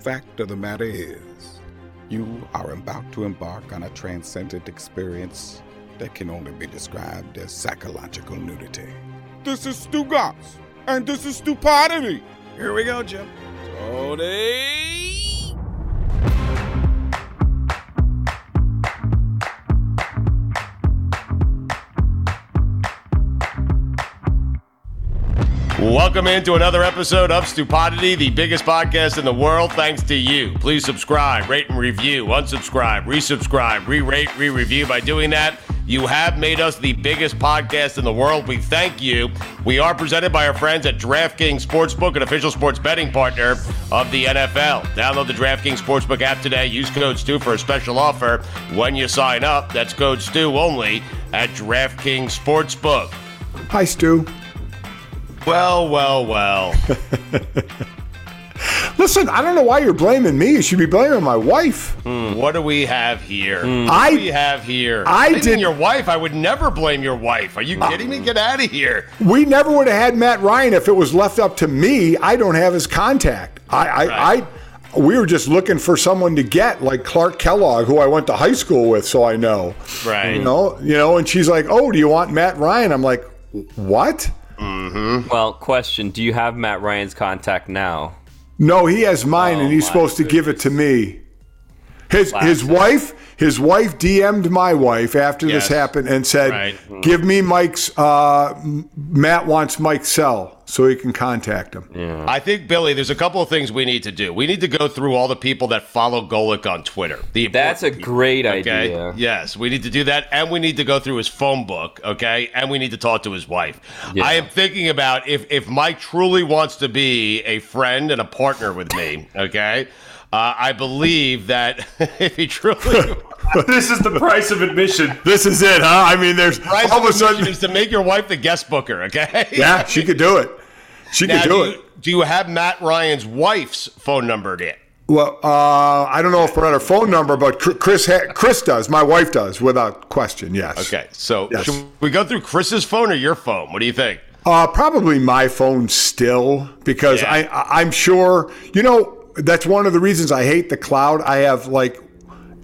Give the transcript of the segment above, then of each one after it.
Fact of the matter is, you are about to embark on a transcendent experience that can only be described as psychological nudity. This is Stu Goss, and this is Stupidity. Here we go, Jim. Tony! Welcome into another episode of Stupidity, the biggest podcast in the world, thanks to you. Please subscribe, rate and review, unsubscribe, resubscribe, re rate, re review. By doing that, you have made us the biggest podcast in the world. We thank you. We are presented by our friends at DraftKings Sportsbook, an official sports betting partner of the NFL. Download the DraftKings Sportsbook app today. Use code STU for a special offer when you sign up. That's code STU only at DraftKings Sportsbook. Hi, Stu. Well, well, well. Listen, I don't know why you're blaming me. You should be blaming my wife. Mm-hmm. What do we have here? Hmm. What I- do we have here? I Blaming did- your wife. I would never blame your wife. Are you Uh. kidding me? Get out of here. We never would have had Matt Ryan if it was left up to me. I don't have his contact. I, I, Right. I we were just looking for someone to get like Clark Kellogg, who I went to high school with, so I know. Right. You know, you know, and she's like, "Oh, do you want Matt Ryan?" I'm like, "What?" Well, question: Do you have Matt Ryan's contact now? No, he has mine, Oh and he's my supposed to give it to me. His his Classic. wife his wife DM'd my wife after Yes. this happened and said, Right. Mm-hmm. "Give me Mike's. Uh, M- Matt wants Mike's cell so he can contact him." Uh. I think Billy, there's a couple of things we need to do. We need to go through all the people that follow Golick on Twitter. The That's a important people, great okay? idea. Yes, we need to do that, and we need to go through his phone book. Okay, and we need to talk to his wife. I am thinking about if if Mike truly wants to be a friend and a partner with me. Okay, uh, I believe that if he truly. This is the price of admission. This is it, huh? I mean, there's price all of a of admission sudden, is to make your wife the guest booker. Okay. yeah, she could do it. She Now, could do, do, it. you, do you have Matt Ryan's wife's phone number yet? Well, uh, I don't know if we're at her phone number, but Chr- Chris ha- Chris does. My wife does, without question. Yes. Okay, so Yes. should we go through Chris's phone or your phone? What do you think? Uh, probably my phone still because Yeah. I, I I'm sure you know that's one of the reasons I hate the cloud. I have like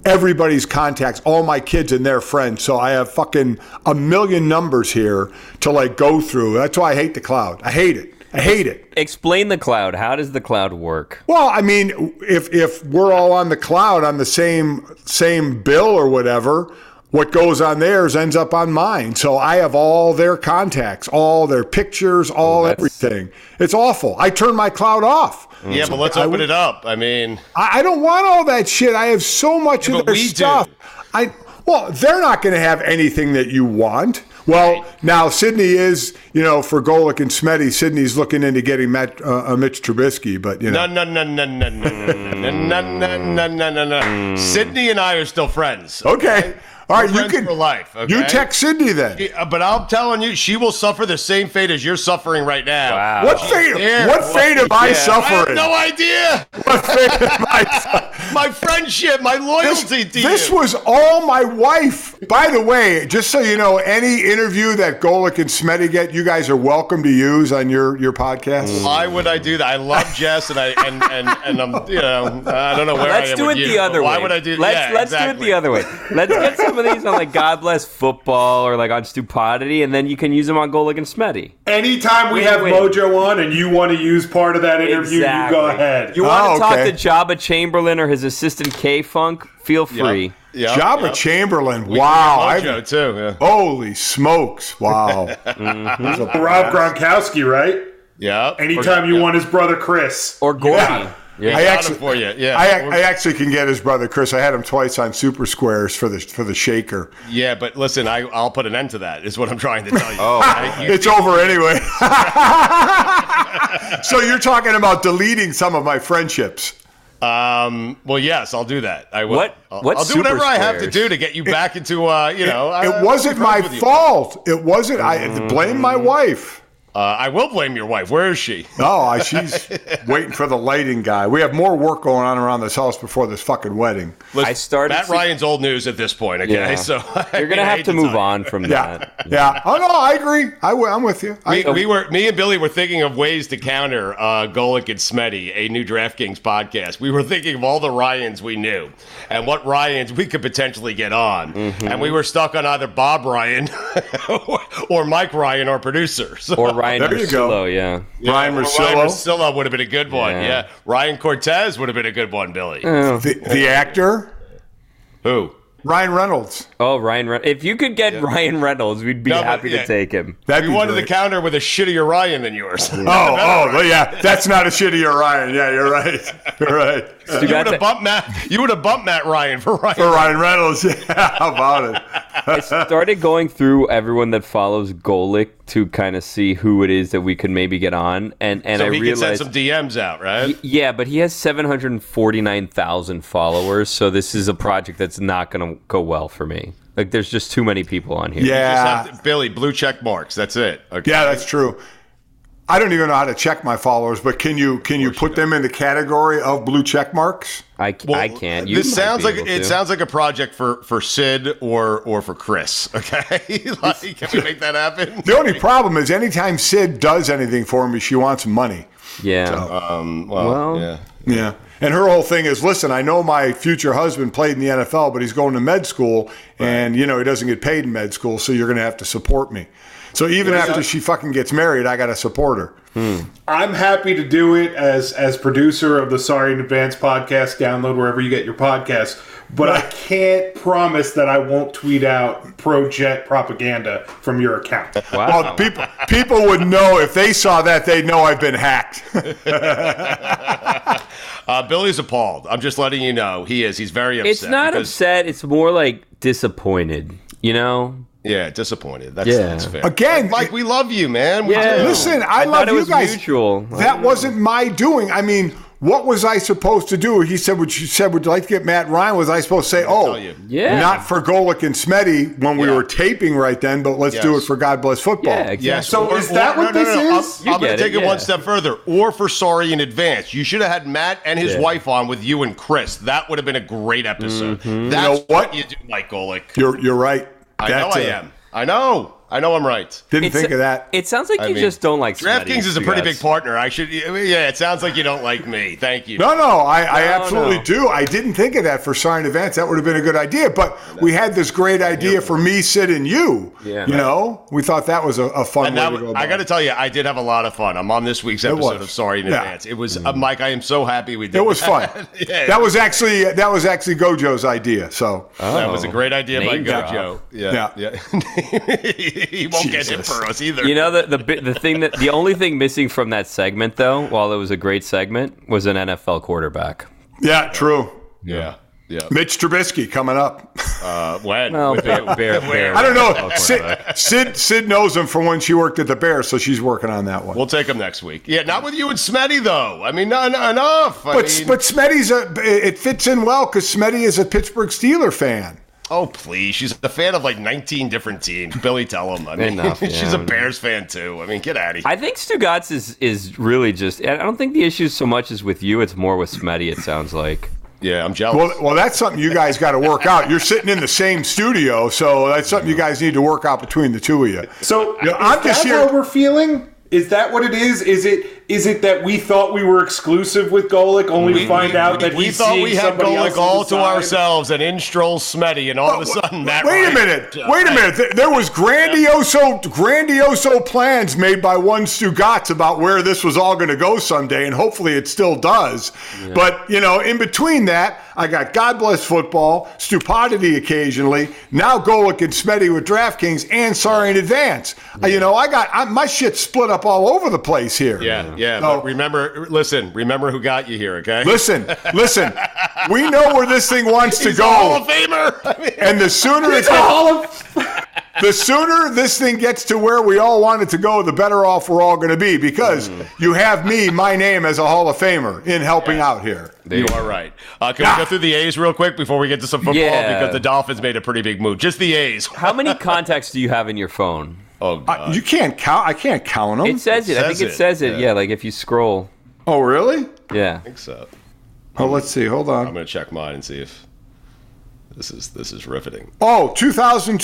everybody's contacts, all my kids and their friends, so I have fucking a million numbers here to like go through. That's why I hate the cloud. I hate it. I hate it. Explain the cloud. How does the cloud work? Well, I mean, if if we're all on the cloud on the same same bill or whatever, what goes on theirs ends up on mine. So I have all their contacts, all their pictures, all everything. It's awful. I turn my cloud off. Yeah, but let's I open would- it up. I mean, I, I don't want all that shit. I have so much Yeah, of but their we do. stuff. I well, they're not going to have anything that you want. Well, now Sydney is, you know, for Golick and Smetty, Sydney's looking into getting Matt, uh, uh, Mitch Trubisky, but you know, no, no, no, no, no, no, no, no, no, no, no, no, no. Sydney and I are still friends. Okay. All right, We're you friends can- for life. Okay? you text Sydney then. Yeah, uh, But I'm telling you, she will suffer the same fate as you're suffering right now. Wow. What fate- what fate am I I have suffering? no idea. What fate am I my friendship, my loyalty to you. This was all my wife. By the way, just so you know, any interview that Golick and Smetty get, you guys are welcome to use on your your podcast. Why would I do that? I love Jess, and I and and, and I'm you know I don't know where I Let's am do with it you, the but other Why way. would I do? Let's yeah, let's do it exactly. the other way. Let's get some of these on like God bless football or like on stupidity, and then you can use them on Golik and Smetty. Anytime we have Win-win. Mojo on and you want to use part of that interview, Exactly. you go ahead. You want Oh, to talk to Jabba Chamberlain or his assistant K Funk? Feel free. Yeah. Jabba Chamberlain. Wow. I- too. Yeah. Holy smokes. Wow. There's a- Rob Gronkowski, right? Yeah. Anytime you want his brother Chris or Gordy. I actually, for you. Yeah. I, ac- I actually can get his brother Chris. I had him twice on Super Squares for the for the shaker. yeah, but listen, I I'll put an end to that. Is what I'm trying to tell you. oh, It's over anyway. so you're talking about deleting some of my friendships. Um. Well, yes, I'll do that. I will. What- I'll, what I'll do whatever I have to superstars? do to get you back into. Uh. You know. it uh, wasn't friends my with you. fault. It wasn't. I blame Mm. my wife. Uh, I will blame your wife. Where is she? No, I, she's waiting for the lighting guy. We have more work going on around this house before this fucking wedding. I started. Matt see- Ryan's old news at this point. Okay, Yeah. so I You're gonna mean, I have hate to move tell you. on from Yeah. that. Yeah. Oh no, I agree. I, am with you. I, We, we were me and Billy were thinking of ways to counter uh, Golick and Smetty, a new DraftKings podcast. We were thinking of all the Ryans we knew and what Ryans we could potentially get on, Mm-hmm. and we were stuck on either Bob Ryan or, or Mike Ryan, our producer, So- Or Ryan There you go. Russillo, yeah. Yeah, Ryan or Russillo. Ryan Russillo would have been a good one. Yeah. Yeah. Ryan Cortez would have been a good one, Billy. Oh. the, the actor Who? Ryan Reynolds. Oh, Ryan Reynolds. If you could get Ryan Reynolds, we'd be No, but- happy yeah. to take him. That'd We be wanted to great. counter with a shittier Ryan than yours. Oh, oh, well, yeah. That's not a shitty Orion. Yeah, you're right. You're right. you would have bumped Matt. You would have bumped Matt Ryan for Ryan. For Ryan Reynolds. Yeah, how about it? I started going through everyone that follows Golik to kind of see who it is that we could maybe get on, and and so I he realized. could send some DMs out, right? yeah, but he has 749,000 followers, so this is a project that's not going to go well for me. Like, there's just too many people on here. Yeah. Just have to- Billy, blue check marks. That's it. Okay. Yeah, that's true. I don't even know how to check my followers, but can you can you put them in the category of blue check marks? I, I can't. You this might sounds be like able it to. sounds like a project for for Sid or or for Chris. Okay, like, can we make that happen? The only problem is anytime Sid does anything for me, she wants money. Yeah. Um, well, Well- yeah. Yeah. And her whole thing is, listen, I know my future husband played in the NFL, but he's going to med school and you know, he doesn't get paid in med school, so you're going to have to support me. So even Yeah. after she fucking gets married, I got to support her. I'm happy to do it as as producer of the Sorry in Advance podcast. Download wherever you get your podcasts, but I can't promise that I won't tweet out pro jet propaganda from your account. Wow. Well, people people would know if they saw that, they'd know I've been hacked. Uh, Billy's appalled. I'm just letting you know he is. He's very upset. it's not because- upset. It's more like disappointed, you know? Yeah, disappointed. That's Yeah. that's fair. Again, Mike, we love you, man. We Yeah. do. Listen, I, I thought love it you was guys. mutual. That wasn't my doing. I mean, what was I supposed to do? He said what you said would you like to get Matt Ryan. Was I supposed to say, oh, you. Yeah. not for Golick and Smetty when we Yeah. were taping right then, but let's do it Yes. for God Bless Football. Yeah, exactly. Yes. So is that what this is? I'm, You going to get it, take it, one yeah. step further. Or for sorry in advance, you should have had Matt and his Yeah. wife on with you and Chris. That would have been a great episode. That's know what? uh, you do, Mike Golick. You're you're right. I know I a- am. I know. I know I'm right. Didn't think of that. It sounds like I you mean, just don't like Smitty, DraftKings is a you pretty guys. big partner. I should. I mean, Yeah, it sounds like you don't like me. Thank you. No, no, I, I No, absolutely no. do. I didn't think of that for sorry in advance. That would have been a good idea. But we had this great idea for me, Sid, and you. Yeah. You know, we thought that was a, a fun And that way to w- go about I got to tell you, I did have a lot of fun. I'm on this week's It episode was. of Sorry in Yeah. Advance. It was, uh, Mike. I am so happy we did. it. It was fun. that. yeah, That was actually that was actually Gojo's idea. So That was a great idea by Name drop. Gojo. Yeah. Yeah, yeah. he won't get it for us either. You know the the bi- the thing that the only thing missing from that segment though, while it was a great segment, was an NFL quarterback. Yeah, true. Yeah. Yeah. Mitch Trubisky coming up. Uh, when? Well, With bear, who? bear, Where? bear. I don't know. Sid, Sid Sid knows him from when she worked at the Bears, so she's working on that one. We'll take him next week. Yeah, not with you and Smetty though. I mean, no, no, enough. I but mean- but Smetty's a it fits in well because Smetty is a Pittsburgh Steeler fan. oh please, she's a fan of like 19 different teams. Billy, tell him. I mean, Enough, yeah. she's a Bears fan too. I mean, get out of here. I think Stugatz is is really just. I don't think the issue so much is with you. It's more with Smetty. It sounds like. Yeah, I'm jealous. Well, well, that's something you guys got to work out. You're sitting in the same studio, so that's something you guys need to work out between the two of you. So Yeah, is I'm that just here- how we're feeling? Is that what it is? Is it is it that we thought we were exclusive with Golik, only to find out that we he's thought seeing we had somebody Golik else's all to side? ourselves, and in strolls Smetty, and all of a sudden that. Oh, Wait a riot- minute! Wait a minute! There- There was grandioso, grandioso plans made by one Stugatz about where this was all going to go someday, and hopefully it still does. But you know, in between that, I got God bless football, stupidity occasionally. Now Golik and Smetty with DraftKings, and sorry in advance. Uh, You know, I got I, my shit split up all over the place here. Yeah, yeah. No. But remember, listen, remember who got you here, okay? Listen, listen. We know where this thing wants to He's go. a Hall of Famer. I mean, And the sooner it's the sooner this thing gets to where we all want it to go, the better off we're all going to be because Mm. you have me, my name as a Hall of Famer in helping out here. you are right. Uh, can we go through the A's real quick before we get to some football? Ah! Yeah. Because the Dolphins made a pretty big move. Just the A's. How many contacts do you have in your phone? Oh, I- Uh, you can't count. I can't count them. Uh, It says it. I says think it it, says it. Yeah, like if you scroll. oh, really? Yeah. think so. Oh, let's see. Hold I'm on. gonna check mine and see if this is this is riveting. Oh,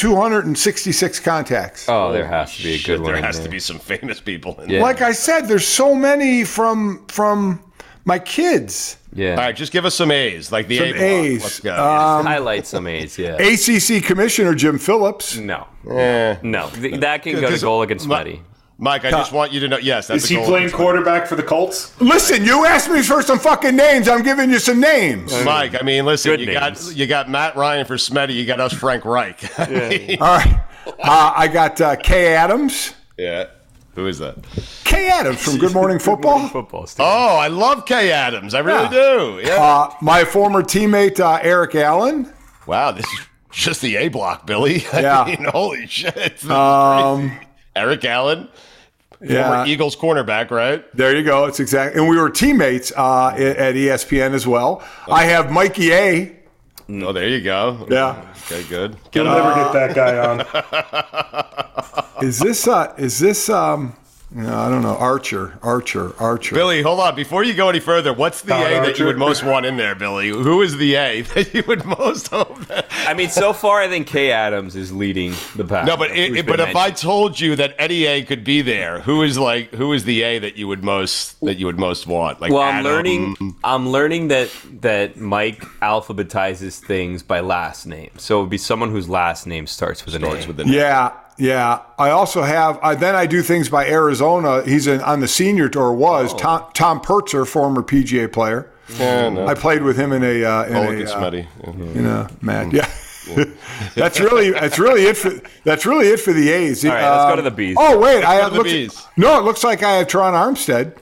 2,266 contacts. Oh, there has to be a Shit, good one. there in has to be some famous people in Yeah. Like I said, there's so many from from my kids. Yeah. All right, just give us some A's, like the Some A block. A's. Let's go. Um, Highlight some A's. Yeah. ACC Commissioner Jim Phillips. No. Eh. No. Th- that can go to Because- Golik Mi- and Smetty. Mike, I just want you to know. Yes, that's Is a he goal. playing quarterback for the Colts? Listen, you asked me for some fucking names. I'm giving you some names. Mike, I mean, listen, Good you names. got you got Matt Ryan for Smetty, you got us Frank Reich. Yeah. All right. Uh, I got uh, Kay Adams. Who is that? Kay Adams from Good Morning Football. Football. Steve. Oh, I love Kay Adams. I really do. Yeah. Uh, my former teammate uh, Eric Allen. wow, this is just the A block, Billy. I Yeah. mean, holy shit. This is Um, crazy. Eric Allen, Yeah, former Eagles cornerback, right? there you go. It's exact. And we were teammates uh, i- at ESPN as well. Oh. I have Mikey A. No, Oh, there you go. Yeah. Okay, good. You'll never get that guy on. Is this? Uh, is this? Um, no, I don't know. Archer, Archer, Archer. Billy, hold on. Before you go any further, what's the Todd A that Archer. you would most want in there, Billy? Who is the A that you would most hope? That? I mean, so far I think Kay Adams is leading the pack. No, but of it, who's it- been but if I mentioned. told you that Eddie A could be there, who is like who is the A that you would most that you would most want? Like Well, I'm Adam? Mm. learning. I'm learning that that Mike alphabetizes things by last name, so it would be someone whose last name starts with an Starts A. with the Yeah, yeah. I also have. I, then I do things by Arizona. He's in, on the senior tour. Was Tom, Tom Pertzer, former PGA player. Yeah, no. I played with him in a uh, in Oh, a look, it's uh, Smitty. you know, Matt. Yeah. that's really that's really it for that's really it for the A's. All right, let's go to the Bs. Oh wait, I have the looked, Bs. no. It looks like I have Tron Armstead,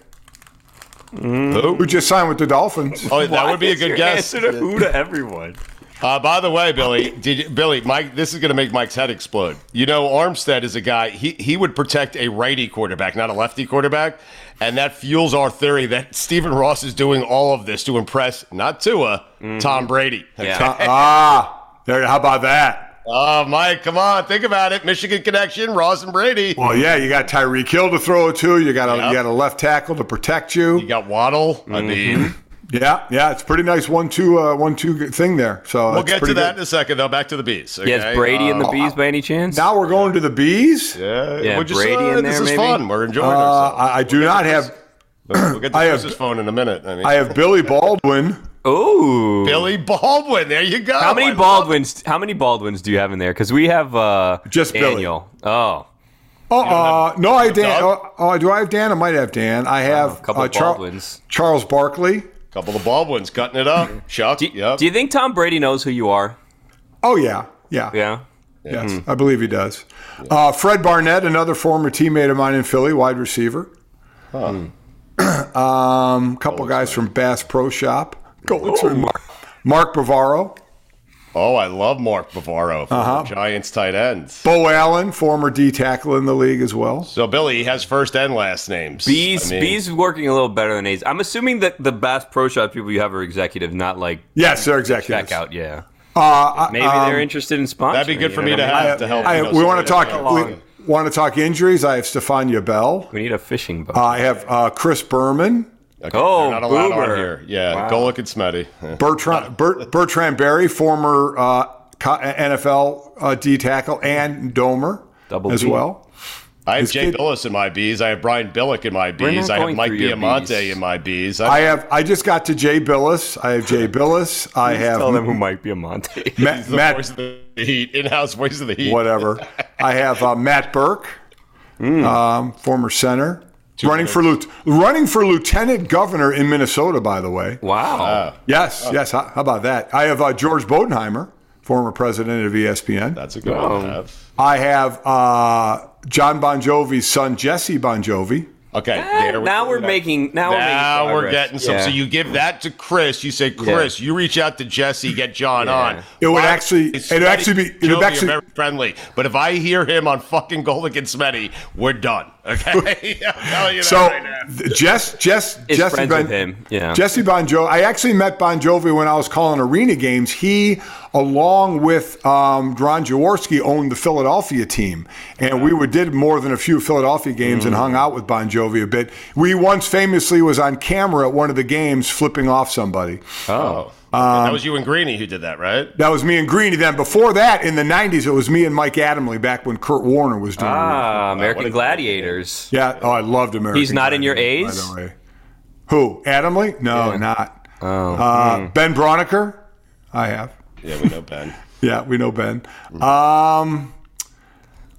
who Who? just signed with the Dolphins. Oh, that would be a good guess. Answer to who to everyone. Uh, by the way, Billy, did you, Billy, Mike, this is going to make Mike's head explode. You know, Armstead is a guy. He he would protect a righty quarterback, not a lefty quarterback, and that fuels our theory that Stephen Ross is doing all of this to impress not Tua, Tom Brady. Mm-hmm. Yeah. ah, there. How about that? Oh, Mike, come on, think about it. Michigan connection, Ross and Brady. Well, yeah, you got Tyreek Hill to throw it to. You got a you got a left tackle to protect you. Mm-hmm. You got Waddle. I mean, Yeah, yeah, it's pretty nice one-two, uh, one-two thing there. So We'll it's get pretty to that good. in a second, though. Back to the bees. Yeah, is okay? Oh, Brady in the bees by any chance? Now we're going to the bees. Yeah, Yeah, would you Brady say in this there, is maybe? fun? We're enjoying Uh, ourselves. I, I do not have. We'll get the I have- Chris's phone in a minute. I mean, I have Billy Baldwin. Ooh, Billy Baldwin. There you go. How many Baldwins? How many Baldwins do you have in there? Because we have uh, just Billy. Daniel. Oh, Oh, uh, no, I have Dan. Oh, oh, do I have Dan? I might have Dan. I have a couple uh, of Char- Baldwins. Charles Barkley. Couple of Baldwins cutting it up. Chuck. Do, do you think Tom Brady knows who you are? Oh yeah, yeah, Yeah. yes, I believe he does. Uh, Fred Barnett, another former teammate of mine in Philly, wide receiver. um, couple guys from Bass Pro Shop. Go to Mark, Mark Bavaro, Oh, I love Mark Bavaro, former Uh-huh. Giants tight end. Bo Allen, former D tackle in the league as well. So Billy has first and last names. Bees, I mean, bees working a little better than A's. I'm assuming that the best pro shop people you have are executive, not like Yes, they're executives. check out. Yeah, Uh, I- maybe um, they're interested in sponsoring. That'd be good you for know me what to I mean? have to help. I- you know, we want to somebody talk. along. We want to talk injuries. I have Stefania Bell. We need a fishing boat. I have uh, Chris Berman, Okay, Oh, they're not allowed Boomer. on here. Yeah, Wow. go look at Smetty. Yeah. Bertrand Bert, Bertrand Berry, former uh, co- NFL uh, D tackle, and Domer Double as D. well. I have His Jay kid- Billis in my bees. I have Brian Billick in my We're not bees. I have going Mike through your Diamante bees. in my bees. I have. I just got to Jay Billis. I have Jay Billis. I have Tell them who might be a Monte. Matt. the Matt voice of the heat, in-house voice of the heat. whatever. I have uh, Matt Burke, Hmm. um, former center, running for lieu- running for lieutenant governor in Minnesota. By the way, Wow. Uh, yes, Oh. yes. How, how about that? I have uh, George Bodenheimer, former president of E ESPN. That's a good one to have. I have uh, John Bon Jovi's son, Jesse Bon Jovi. Okay, there we- Ah, now we're making. Now, we're, making now we're progress. getting some. Yeah. So you give that to Chris. You say, Chris, you reach out to Jesse, get John on. It would Why- actually- it's it would Smetty, actually be- it would Jovi are actually- very friendly. But if I hear him on fucking Golick and Smetty, we're done. Okay, I'm telling you that So right now. th- Jess, Jess, Is Jesse friends Bon- with him. Yeah. Jesse Bon Jovi. I actually met Bon Jovi when I was calling arena games. He, along with um, Ron Jaworski, owned the Philadelphia team, and we were, did more than a few Philadelphia games and hung out with Bon Jovi a bit. We once famously was on camera at one of the games flipping off somebody. oh. um, that was you and Greeny who did that, right? That was me and Greeny. Then before that, in the '90s, it was me and Mike Adamley back when Kurt Warner was doing. Ah, what American a- Gladiators. Yeah. Oh, I loved American. He's not in your Gladiator, A's? By the way. Who? Adam Lee? No, not. Oh. Uh, hmm. Ben Broniker? I have. Yeah, we know Ben. Yeah, we know Ben. Mm-hmm. Um,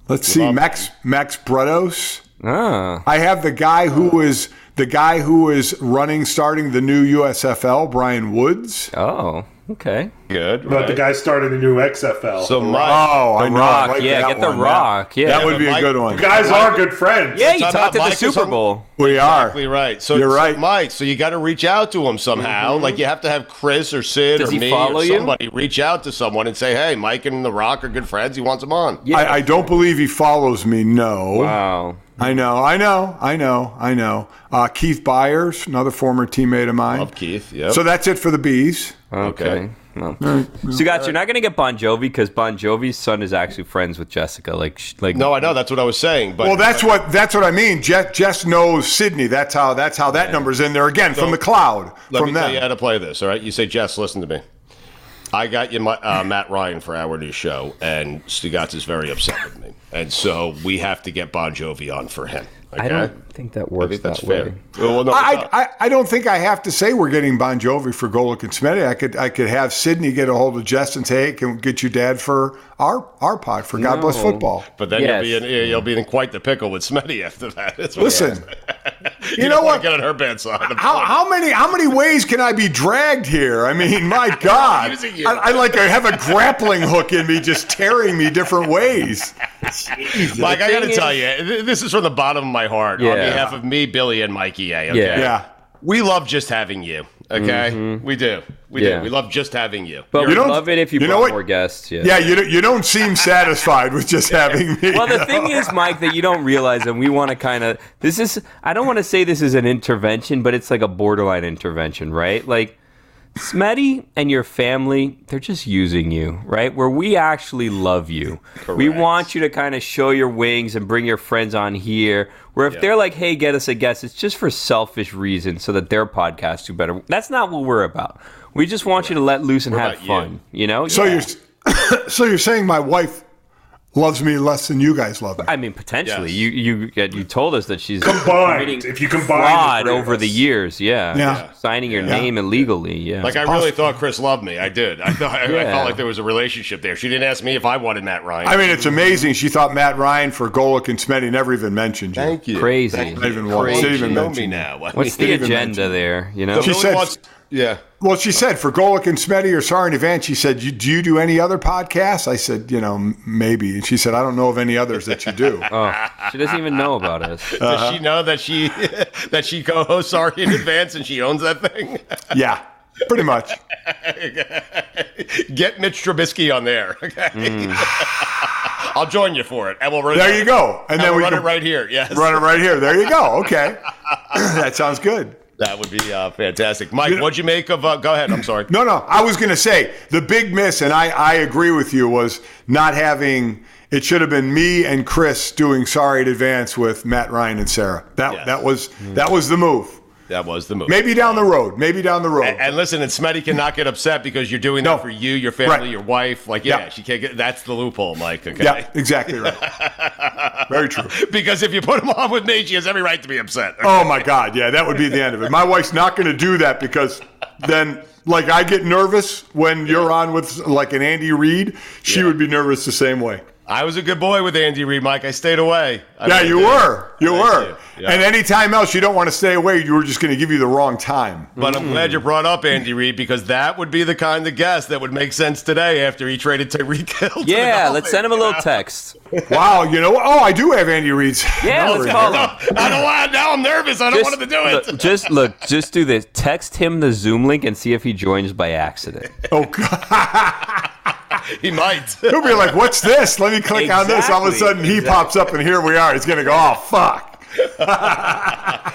let's see. Max Max Bredos. Ah. I have the guy who Uh. is the guy who is running starting the new USFL, Brian Woods. Oh. Okay. Good. But the right. guy started a new XFL. So Mike. Oh, I know. I Rock, like yeah, that get the one. Rock, yeah. That Yeah, would but be a Mike- good one. you guys are good friends. Yeah, you Time out, talked at the Mike, is Super on- Bowl. We are. Exactly right. So You're so, right. Mike. So you got to reach out to him somehow. Like you have to have Chris or Sid Mm-hmm. Does or he me follow or you? somebody reach out to someone and say, "Hey, Mike and The Rock are good friends. He wants them on." Yeah. I, I don't believe he follows me. No. Wow. I know, I know, I know, I know. Uh, Keith Byers, another former teammate of mine. Love Keith. Yep. So that's it for the bees. Okay. Well, so you guys, you're not gonna get Bon Jovi because Bon Jovi's son is actually friends with Jessica. Like, sh- like no, I know that's what I was saying. But Well, that's what that's what I mean. Jess, Jess knows Sydney. That's how that's how that number's in there again from the cloud. Let from me them. tell you how to play this. All right, you say, Jess, listen to me. I got you, my, uh, Matt Ryan, for our new show, and Stugatz is very upset with me, and so we have to get Bon Jovi on for him. Okay? I don't think that works I think that that's way. fair. Well, no, it's I, not. I, I- I don't think I have to say we're getting Bon Jovi for Golik and Smitty. I could I could have Sydney get a hold of Jess and say, hey, can we get you dad for our our pod for God Bless No. Football? But then Yes. you'll be in you'll be in quite the pickle with Smetty after that. That's what Listen, you, you don't know wanna what? Get on her bad side. I'm How, telling how many how many ways can I be dragged here? I mean, my God, using I, you. I like I have a grappling hook in me, just tearing me different ways. you. Mike, I got to thing tell you, th- this is from the bottom of my heart on Yeah. behalf of me, Billy, and Mikey A. Okay? Yeah. Mm-hmm. Yeah, we love just having you. Okay, we do, we Yeah. do. We love just having you. But You're- we don't- love it if you, you know brought what? more guests. Yeah. yeah. You don't- you don't seem satisfied with just having me. Well, the thing is, Mike, that you don't realize, and we want to kind of this is. I don't want to say this is an intervention, but it's like a borderline intervention, right? Like Smetty and your family, they're just using you, right? Where we actually love you. We want you to kind of show your wings and bring your friends on here. Where if they're like, hey, get us a guest, it's just for selfish reasons so that their podcast do better. That's not what we're about. We just want you to let loose and have fun, you, know? So Yeah. you're so you're saying my wife loves me less than you guys love me. I mean, potentially. You you you told us that she's Combined, committing if you combine the fraud three of over the years, yeah, Yeah. Yeah. signing your Yeah. name illegally, yeah. Like I really thought Chris loved me. I did. I thought I, I Yeah. felt like there was a relationship there. She didn't ask me if I wanted Matt Ryan. I mean, it's amazing. She thought Matt Ryan for Golick and Smetty never even mentioned you. Thank you. Crazy. Thank Not you. even once. Crazy. Didn't even You know mention me you. now. I What's mean- the Didn't even agenda there? You know, she said, yeah. Well, she said for Golick and Smetty or Sorry in Advance, she said, you, "Do you do any other podcasts?" I said, "You know, m- maybe." And she said, "I don't know of any others that you do." oh, she doesn't even know about us. Does Uh-huh. she know that she that she co-hosts Sorry in Advance and she owns that thing? yeah, pretty much. Get Mitch Trubisky on there. Okay, I'll join you for it, and we'll run. Hmm. There it. you go. And And then we'll we run can it right here. Yes, Run it right here. There you go. Okay, that sounds good. That would be uh, fantastic, Mike. what'd you make of? Uh, go ahead. I'm sorry. No, no. I was going to say the big miss, and I, I agree with you, was not having. It should have been me and Chris doing "Sorry in Advance" with Matt Ryan and Sarah. That that was that was the move. That was the move. Maybe down the road. Maybe down the road. And, and listen, and Smetty cannot get upset because you're doing that for you, your family, Right. your wife. Like, yeah, Yeah. she can't get. That's the loophole, Mike. Okay. Yeah, exactly right. Very true. because if you put him on with me, she has every right to be upset. Oh my God! Yeah, that would be the end of it. My wife's not going to do that because then, like, I get nervous when you're on with like an Andy Reid. She would be nervous the same way. I was a good boy with Andy Reid, Mike. I stayed away. I yeah, really you did. were. You Thank were. you. Yeah. And anytime else you don't want to stay away, you were just going to give you the wrong time. But I'm glad you Mm. brought up Andy Reid because that would be the kind of guest that would make sense today after he traded Tyreek Hill. to Yeah, the Dolphins. let's send him a little text. wow, you know what? Oh, I do have Andy Reid's. Yeah, number let's here. call him. I don't want. Now I'm nervous. I don't Just- want him to do it. Look, just look, just do this. Text him the Zoom link and see if he joins by accident. Oh God! he might. Oh, He'll be like, "What's this? Let me click on this." All of a sudden, Exactly, he pops up, and here we are. He's going to go, "Oh fuck." Uh,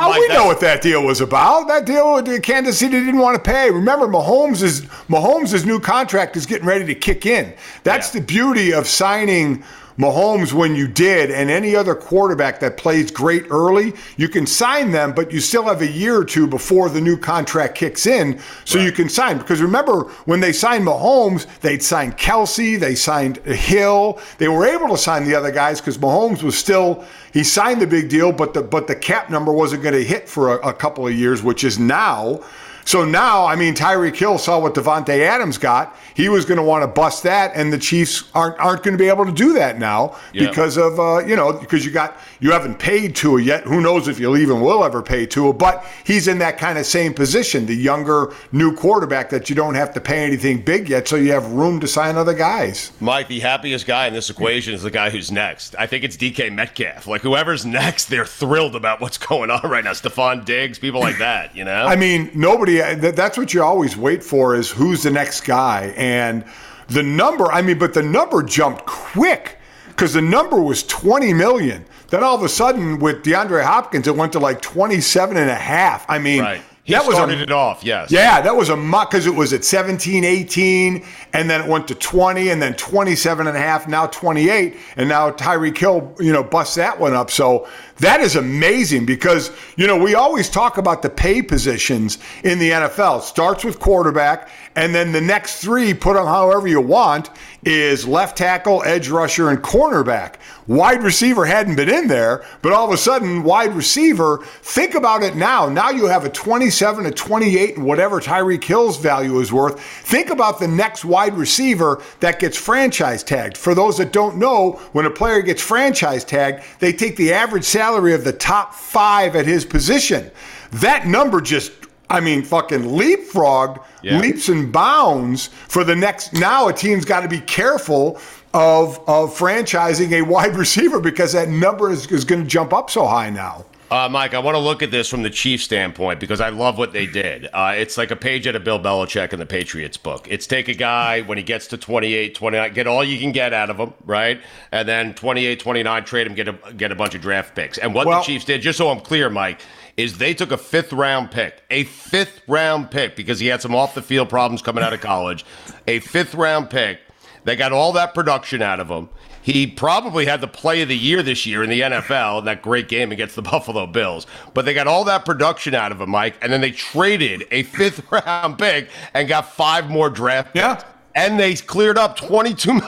Oh, Mike, we know that's- what that deal was about. That deal, with Kansas City didn't want to pay. Remember, Mahomes is Mahomes' new contract is getting ready to kick in. That's the beauty of signing Mahomes when you did, and any other quarterback that plays great early, you can sign them, but you still have a year or two before the new contract kicks in, so you can sign. Because remember, when they signed Mahomes, they'd signed Kelsey, they signed Hill. They were able to sign the other guys because Mahomes was still he signed the big deal, but the but the cap number wasn't going to hit for a, a couple of years, which is now. So now, I mean, Tyreek Hill saw what Devontae Adams got. He was going to want to bust that, and the Chiefs aren't aren't going to be able to do that now Yeah. because of uh, you know because you got you haven't paid Tua yet. Who knows if you'll even will ever pay Tua? But he's in that kind of same position, the younger new quarterback that you don't have to pay anything big yet, so you have room to sign other guys. Mike, the happiest guy in this equation is the guy who's next. I think it's DK Metcalf. Like whoever's next, they're thrilled about what's going on right now. Stephon Diggs, people like that. You know. I mean, nobody. That, that's what you always wait for is who's the next guy, and the number. I mean, but the number jumped quick because the number was 20 million. Then all of a sudden, with DeAndre Hopkins, it went to like 27 and a half. I mean, right. He started it off. Yes. yeah, that was a muck because it was at 17, 18, and then it went to 20, and then 27 and a half, now 28, and now Tyreek Hill, you know, busts that one up. So that is amazing because, you know, we always talk about the pay positions in the NFL. Starts with quarterback, and then the next three, put them however you want, is left tackle, edge rusher, and cornerback. Wide receiver hadn't been in there, but all of a sudden, wide receiver, think about it now. Now you have a 27 to 28 and whatever Tyreek Hill's value is worth. Think about the next wide receiver that gets franchise tagged. For those that don't know, when a player gets franchise tagged, they take the average salary of the top five at his position. That number just, I mean, fucking leapfrogged leaps and bounds for the next. Now a team's got to be careful of of franchising a wide receiver because that number is, is going to jump up so high now. Uh, Mike, I want to look at this from the Chiefs standpoint because I love what they did. Uh, it's like a page out of Bill Belichick in the Patriots book. It's take a guy when he gets to 28, 29, get all you can get out of him, right? And then 28, 29, trade him, get a, get a bunch of draft picks. And what Well- the Chiefs did, just so I'm clear, Mike, is they took a fifth round pick, a fifth round pick, because he had some off the field problems coming out of college, a fifth round pick. They got all that production out of him. He probably had the play of the year this year in the NFL in that great game against the Buffalo Bills. But they got all that production out of him, Mike, and then they traded a fifth round pick and got five more draft picks. Yeah. And they cleared up $22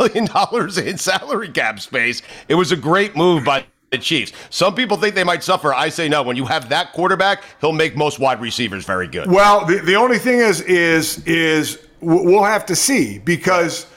million in salary cap space. It was a great move by the Chiefs. Some people think they might suffer. I say no. When you have that quarterback, he'll make most wide receivers very good. Well, the, the only thing is, is, is w- we'll have to see because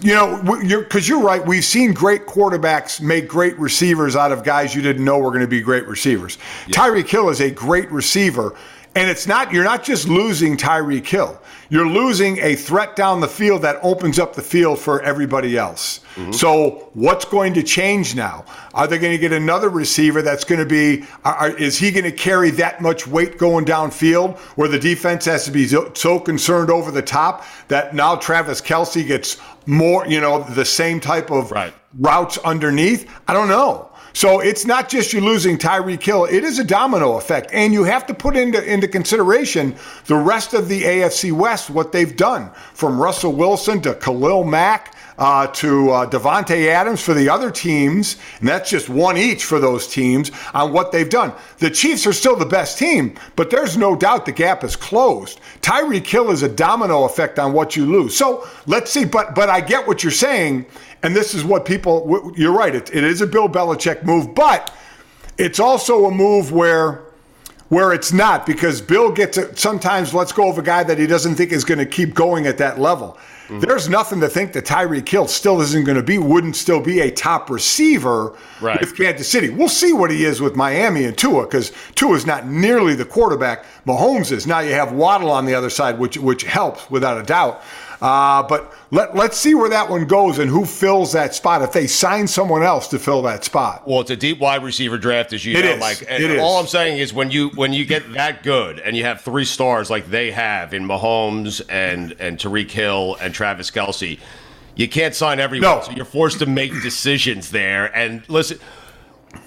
you know, because you're, you're, right. We've seen great quarterbacks make great receivers out of guys you didn't know were going to be great receivers. Yeah. Tyreek Hill is a great receiver, and it's not you're not just losing Tyreek Hill. You're losing a threat down the field that opens up the field for everybody else. Mm-hmm. So what's going to change now? Are they going to get another receiver that's going to be? Are, is he going to carry that much weight going downfield, where the defense has to be so, so concerned over the top that now Travis Kelsey gets more, you know, the same type of right. routes underneath? I don't know. So it's not just you losing Tyree Kill; it is a domino effect. And you have to put into, into consideration the rest of the AFC West, what they've done from Russell Wilson to Khalil Mack uh, to uh, Devonte Adams for the other teams, and that's just one each for those teams on what they've done. The Chiefs are still the best team, but there's no doubt the gap is closed. Tyree Kill is a domino effect on what you lose. So let's see, but but I get what you're saying, and this is what people. You're right. It, it is a Bill Belichick move, but it's also a move where where it's not because Bill gets it sometimes lets go of a guy that he doesn't think is going to keep going at that level. Mm-hmm. There's nothing to think that Tyreek Hill still isn't going to be, wouldn't still be a top receiver right. with Kansas City. We'll see what he is with Miami and Tua because Tua is not nearly the quarterback Mahomes is. Now you have Waddle on the other side, which which helps without a doubt. Uh, but let, let's see where that one goes and who fills that spot if they sign someone else to fill that spot. Well, it's a deep wide receiver draft, as you it know, is. Mike. it is. all I'm saying is when you when you get that good and you have three stars like they have in Mahomes and and Tariq Hill and Travis Kelsey, you can't sign everyone. No. So you're forced to make decisions there. And listen.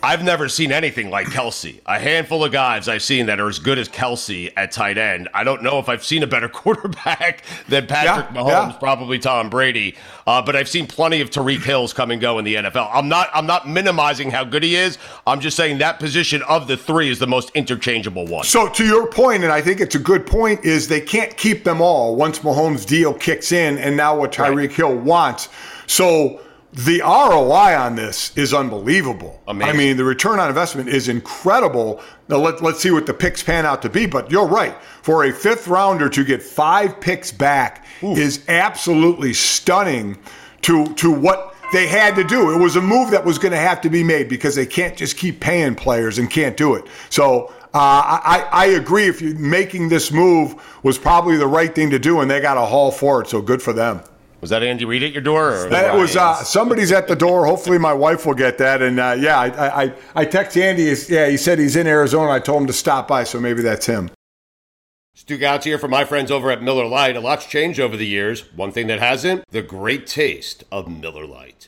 I've never seen anything like Kelsey. A handful of guys I've seen that are as good as Kelsey at tight end. I don't know if I've seen a better quarterback than Patrick Yeah, Mahomes, yeah. probably Tom Brady. Uh, but I've seen plenty of Tariq Hills come and go in the NFL. I'm not I'm not minimizing how good he is. I'm just saying that position of the three is the most interchangeable one. So to your point, and I think it's a good point, is they can't keep them all once Mahomes' deal kicks in, and now what Tyreek Hill wants. So the ROI on this is unbelievable. I mean, the return on investment is incredible. Now let, let's see what the picks pan out to be. But you're right. For a fifth rounder to get five picks back is absolutely stunning to to what they had to do. It was a move that was going to have to be made because they can't just keep paying players and can't do it. So uh, I, I I agree. If you making this move was probably the right thing to do, and they got a haul for it. So good for them. Was that Andy Reid at your door? Or That was uh, somebody's at the door. Hopefully, my wife will get that. And uh, yeah, I, I- I I text Andy. He's- Yeah, he said he's in Arizona. I told him to stop by, so maybe that's him. Stu Gouts here from my friends over at Miller Lite. A lot's changed over the years. One thing that hasn't, the great taste of Miller Lite.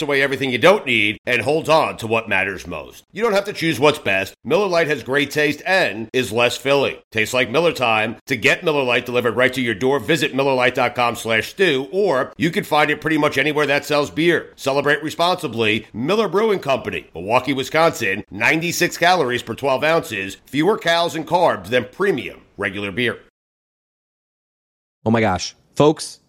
away everything you don't need and holds on to what matters most. You don't have to choose what's best. Miller Lite has great taste and is less filling. Tastes like Miller time. To get Miller Lite delivered right to your door, visit MillerLite.com slash stew, or you can find it pretty much anywhere that sells beer. Celebrate responsibly. Miller Brewing Company, Milwaukee, Wisconsin. 96 calories per 12 ounces, fewer calories and carbs than premium regular beer. Oh my gosh. Folks,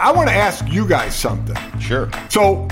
I want to ask you guys something. Sure. So,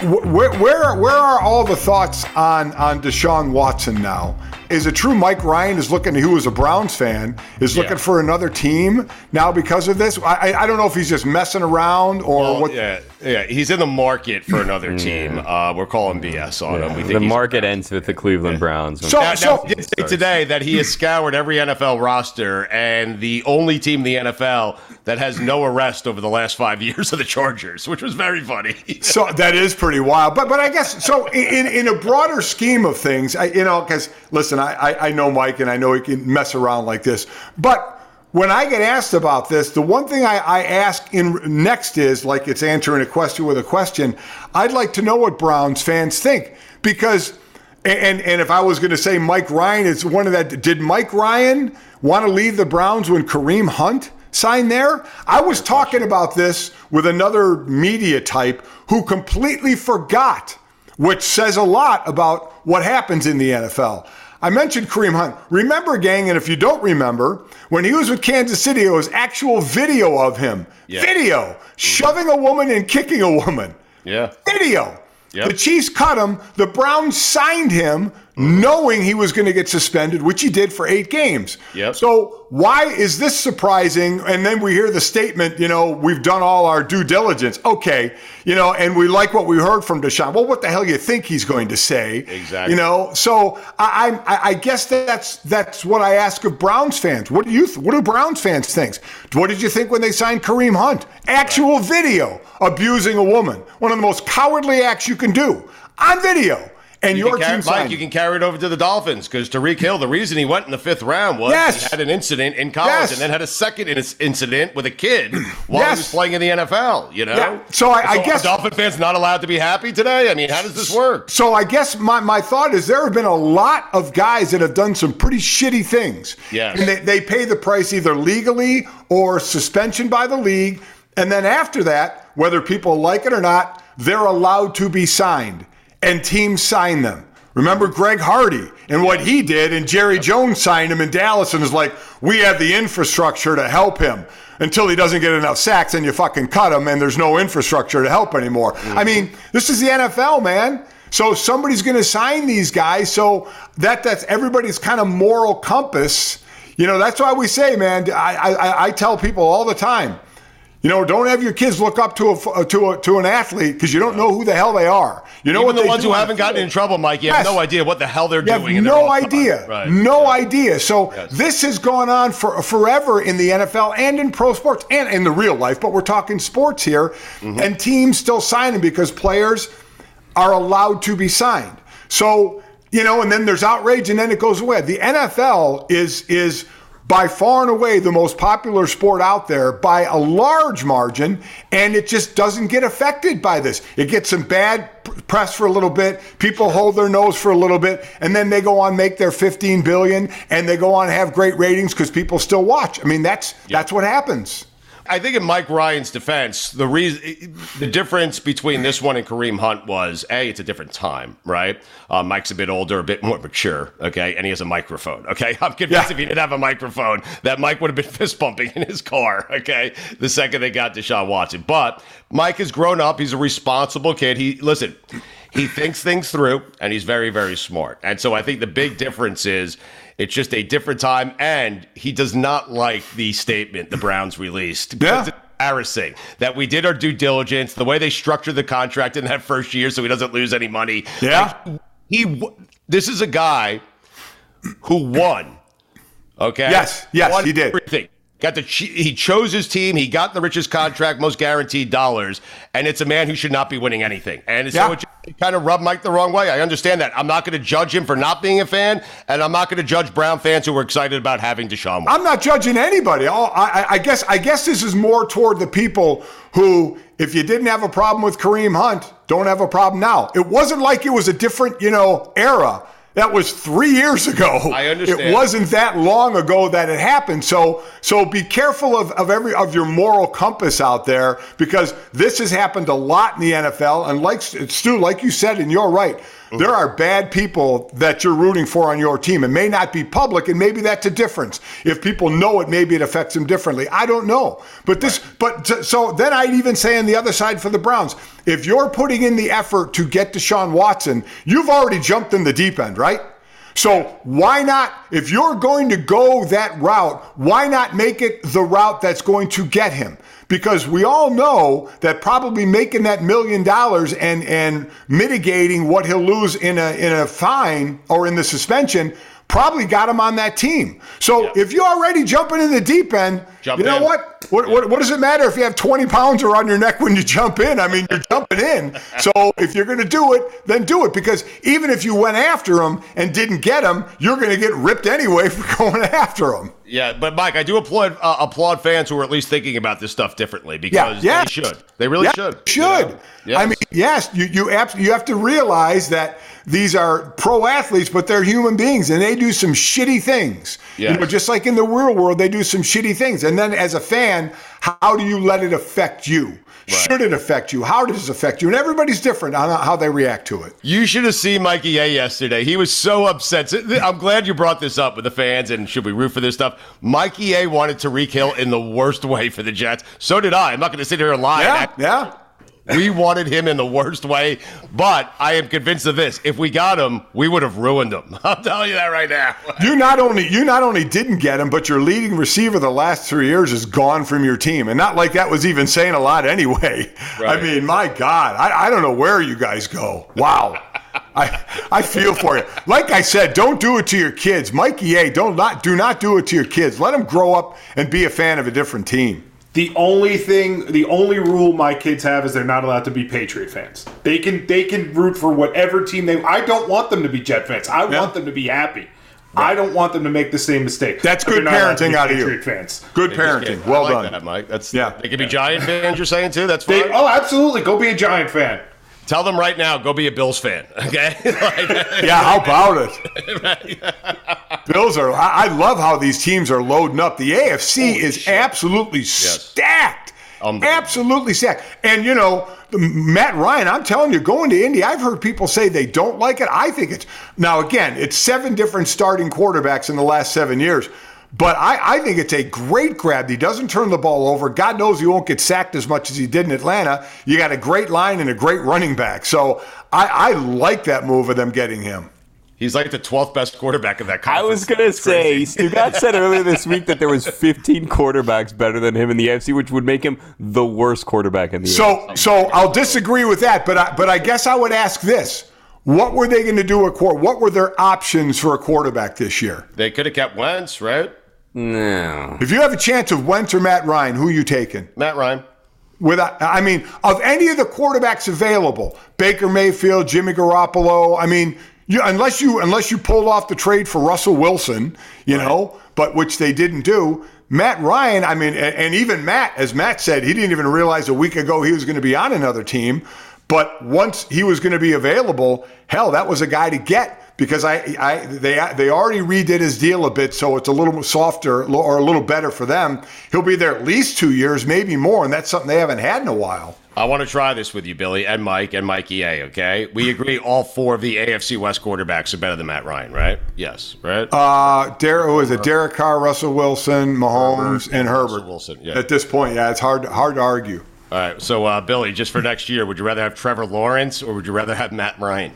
wh- where where where are all the thoughts on on Deshaun Watson now? Is it true Mike Ryan is looking? Who was a Browns fan is looking for another team now because of this? I I, I don't know if he's just messing around or what. Yeah, yeah, he's in the market for another team. Uh, we're calling BS on him. We think the he's- market ends with the Cleveland Browns. So, now, now, he did say today that he has scoured every NFL roster, and the only team in the NFL that has no arrest over the last five years are the Chargers, which was very funny. so that is pretty wild. But but I guess so in in a broader scheme of things, I, you know, because listen, I, I I know Mike and I know he can mess around like this, but. When I get asked about this, the one thing I, I ask in next is like it's answering a question with a question. I'd like to know what Browns fans think because and and if I was going to say Mike Ryan, it's one of that. Did Mike Ryan want to leave the Browns when Kareem Hunt signed there? I was talking about this with another media type who completely forgot, which says a lot about what happens in the NFL. I mentioned Kareem Hunt. Remember, gang, and if you don't remember, when he was with Kansas City, it was actual video of him. Video shoving a woman and kicking a woman. Yeah. Video. Yep. The Chiefs cut him. The Browns signed him knowing he was going to get suspended, which he did for eight games. So why is this surprising? And then we hear the statement, you know, we've done all our due diligence. Okay, you know, and we like what we heard from Deshaun. Well, what the hell you think he's going to say? Exactly. You know, so I, I'm- I, I guess that's that's what I ask of Browns fans. What do you? Th- what do Browns fans think? What did you think when they signed Kareem Hunt? Actual video abusing a woman, one of the most cowardly acts you can do on video, and You your can carry- team Mike, signed. you can carry it over to the Dolphins because Tariq Hill, the reason he went in the fifth round was he had an incident in college Yes. and then had a second in- incident with a kid while Yes. he was playing in the NFL. You know, Yeah. So I- I are guess- Dolphin fans not allowed to be happy today. I mean, how does this work? So I guess my, my thought is there have been a lot of guys that have done some pretty shitty things. Yes. And they, they pay the price either legally or suspension by the league. And then after that, whether people like it or not, they're allowed to be signed. And teams sign them. Remember Greg Hardy and what he did, and Jerry Jones signed him in Dallas and is like, we have the infrastructure to help him. Until he doesn't get enough sacks, and you fucking cut him, and there's no infrastructure to help anymore. I mean, this is the NFL, man. So somebody's going to sign these guys. So that that's everybody's kind of moral compass. You know, that's why we say, man. I I, I tell people all the time, you know, don't have your kids look up to a f- uh, to a, to an athlete because you don't know who the hell they are. You know Even what the they ones do who on the haven't gotten field. in trouble, Mike, you have Yes. no idea what the hell they're You have doing. and they're no all fine. idea. Right. No idea. So this has gone on for forever in the NFL and in pro sports and in the real life, but we're talking sports here. Mm-hmm. And teams still signing because players are allowed to be signed. So, you know, and then there's outrage and then it goes away. The NFL is is by far and away the most popular sport out there by a large margin, and it just doesn't get affected by this. It gets some bad p- press for a little bit, people hold their nose for a little bit, and then they go on make their 15 billion and they go on have great ratings because people still watch. I mean, that's that's what happens. I think in Mike Ryan's defense, the reason the difference between this one and Kareem Hunt was a it's a different time, right? Uh, Mike's a bit older, a bit more mature, okay, and he has a microphone. Okay, I'm convinced if he didn't have a microphone, that Mike would have been fist bumping in his car. Okay, the second they got Deshaun Watson, but Mike has grown up. He's a responsible kid. He listen. He thinks things through, and he's very, very smart. And so I think the big difference is it's just a different time, and he does not like the statement the Browns released. Yeah. Embarrassing that we did our due diligence, the way they structured the contract in that first year, so he doesn't lose any money. Yeah, he. w- This is a guy who won. Okay. Yes, yes, Won he did. Everything. Got the ch- he chose his team. He got the richest contract, most guaranteed dollars, and it's a man who should not be winning anything. And so it just kind of rubbed Mike the wrong way. I understand that. I'm not going to judge him for not being a fan, and I'm not going to judge Brown fans who were excited about having Deshaun. Watson. I'm not judging anybody. All- I, I- I guess I guess this is more toward the people who, if you didn't have a problem with Kareem Hunt, don't have a problem now. It wasn't like it was a different, you know, era. That was three years ago. I understand. It wasn't that long ago that it happened. So so be careful of, of every of your moral compass out there because this has happened a lot in the NFL. And like Stu, like you said, and you're right. Mm-hmm. There are bad people that you're rooting for on your team. It may not be public, and maybe that's a difference. If people know it, maybe it affects them differently. I don't know. But this, but t- so then I'd even say on the other side for the Browns, if you're putting in the effort to get Deshaun Watson, you've already jumped in the deep end, right? So why not, if you're going to go that route, why not make it the route that's going to get him? Because we all know that probably making that million dollars and and mitigating what he'll lose in a in a fine or in the suspension probably got him on that team. So if you're already jumping in the deep end, Jump you know in. what? What, what? what does it matter if you have 20 pounds around your neck when you jump in? I mean, you're jumping in. So if you're going to do it, then do it. Because even if you went after him and didn't get him, you're going to get ripped anyway for going after him. Yeah, but Mike, I do applaud uh, applaud fans who are at least thinking about this stuff differently because yeah. they should. They really Yeah, should. Should. I mean, yes, you you abs- you have to realize that these are pro athletes, but they're human beings and they do some shitty things. You know, Yes. just like in the real world, they do some shitty things. And then as a fan, how do you let it affect you? Should it affect you? How does it affect you? And everybody's different on how they react to it. You should have seen Mikey A yesterday. He was so upset. So, th- I'm glad you brought this up with the fans and should we root for this stuff? Mikey A wanted Tariq Hill in the worst way for the Jets. So did I. I'm not going to sit here and lie. Yeah, yeah. We wanted him in the worst way, but I am convinced of this. If we got him, we would have ruined him. I'll tell you that right now. You not only you not only didn't get him, but your leading receiver the last three years is gone from your team, and not like that was even saying a lot anyway. I mean, my God, I, I don't know where you guys go. Wow, I I feel for you. Like I said, don't do it to your kids, Mikey. A, don't not do not do it to your kids. Let them grow up and be a fan of a different team. The only thing, the only rule my kids have is they're not allowed to be Patriot fans. They can they can root for whatever team they. I don't want them to be Jet fans. I want them to be happy. I don't want them to make the same mistake. That's But good they're not allowed to parenting be out of you. Patriot fans. Good They just parenting. can't- I Well like done. that, Mike. That's yeah. They could be Giant fans. You're saying too. That's fine. They- oh, absolutely. Go be a Giant fan. Tell them right now. Go be a Bills fan. Okay. Like- Yeah, how about it? Bills are. I I love how these teams are loading up. The AFC is absolutely stacked. Absolutely stacked. And you know, the- Matt Ryan. I'm telling you, going to Indy. I've heard people say they don't like it. I think it's now again. It's seven different starting quarterbacks in the last seven years. But I, I think it's a great grab. He doesn't turn the ball over. God knows he won't get sacked as much as he did in Atlanta. You got a great line and a great running back. So I, I like that move of them getting him. He's like the 12th best quarterback in that I conference. was gonna say, Stu Gott said earlier this week that there was 15 quarterbacks better than him in the AFC, which would make him the worst quarterback in the AFC. So, so I'll disagree with that, but I, but I guess I would ask this: What were they going to do? A quarter? What were their options for a quarterback this year? They could have kept Wentz, right? No. If you have a chance of Wentz or Matt Ryan, who are you taking? Matt Ryan. Without, I mean, of any of the quarterbacks available, Baker Mayfield, Jimmy Garoppolo. I mean, you, unless you unless you pulled off the trade for Russell Wilson, you know, but which they didn't do. Matt Ryan, I mean, and, and even Matt, as Matt said, he didn't even realize a week ago he was going to be on another team. But once he was going to be available, hell, that was a guy to get because I, I they they already redid his deal a bit, so it's a little softer or a little better for them. He'll be there at least two years, maybe more, and that's something they haven't had in a while. I want to try this with you, Billy and Mike and Mikey A. Okay, we agree all four of the AFC West quarterbacks are better than Matt Ryan, right? Yes, right. Uh, Derek was it Derek Carr, Russell Wilson, Mahomes, and Herbert Wilson. Yeah. At this point, yeah, it's hard hard to argue. All right. So, uh, Billy, just for next year, would you rather have Trevor Lawrence or would you rather have Matt Ryan?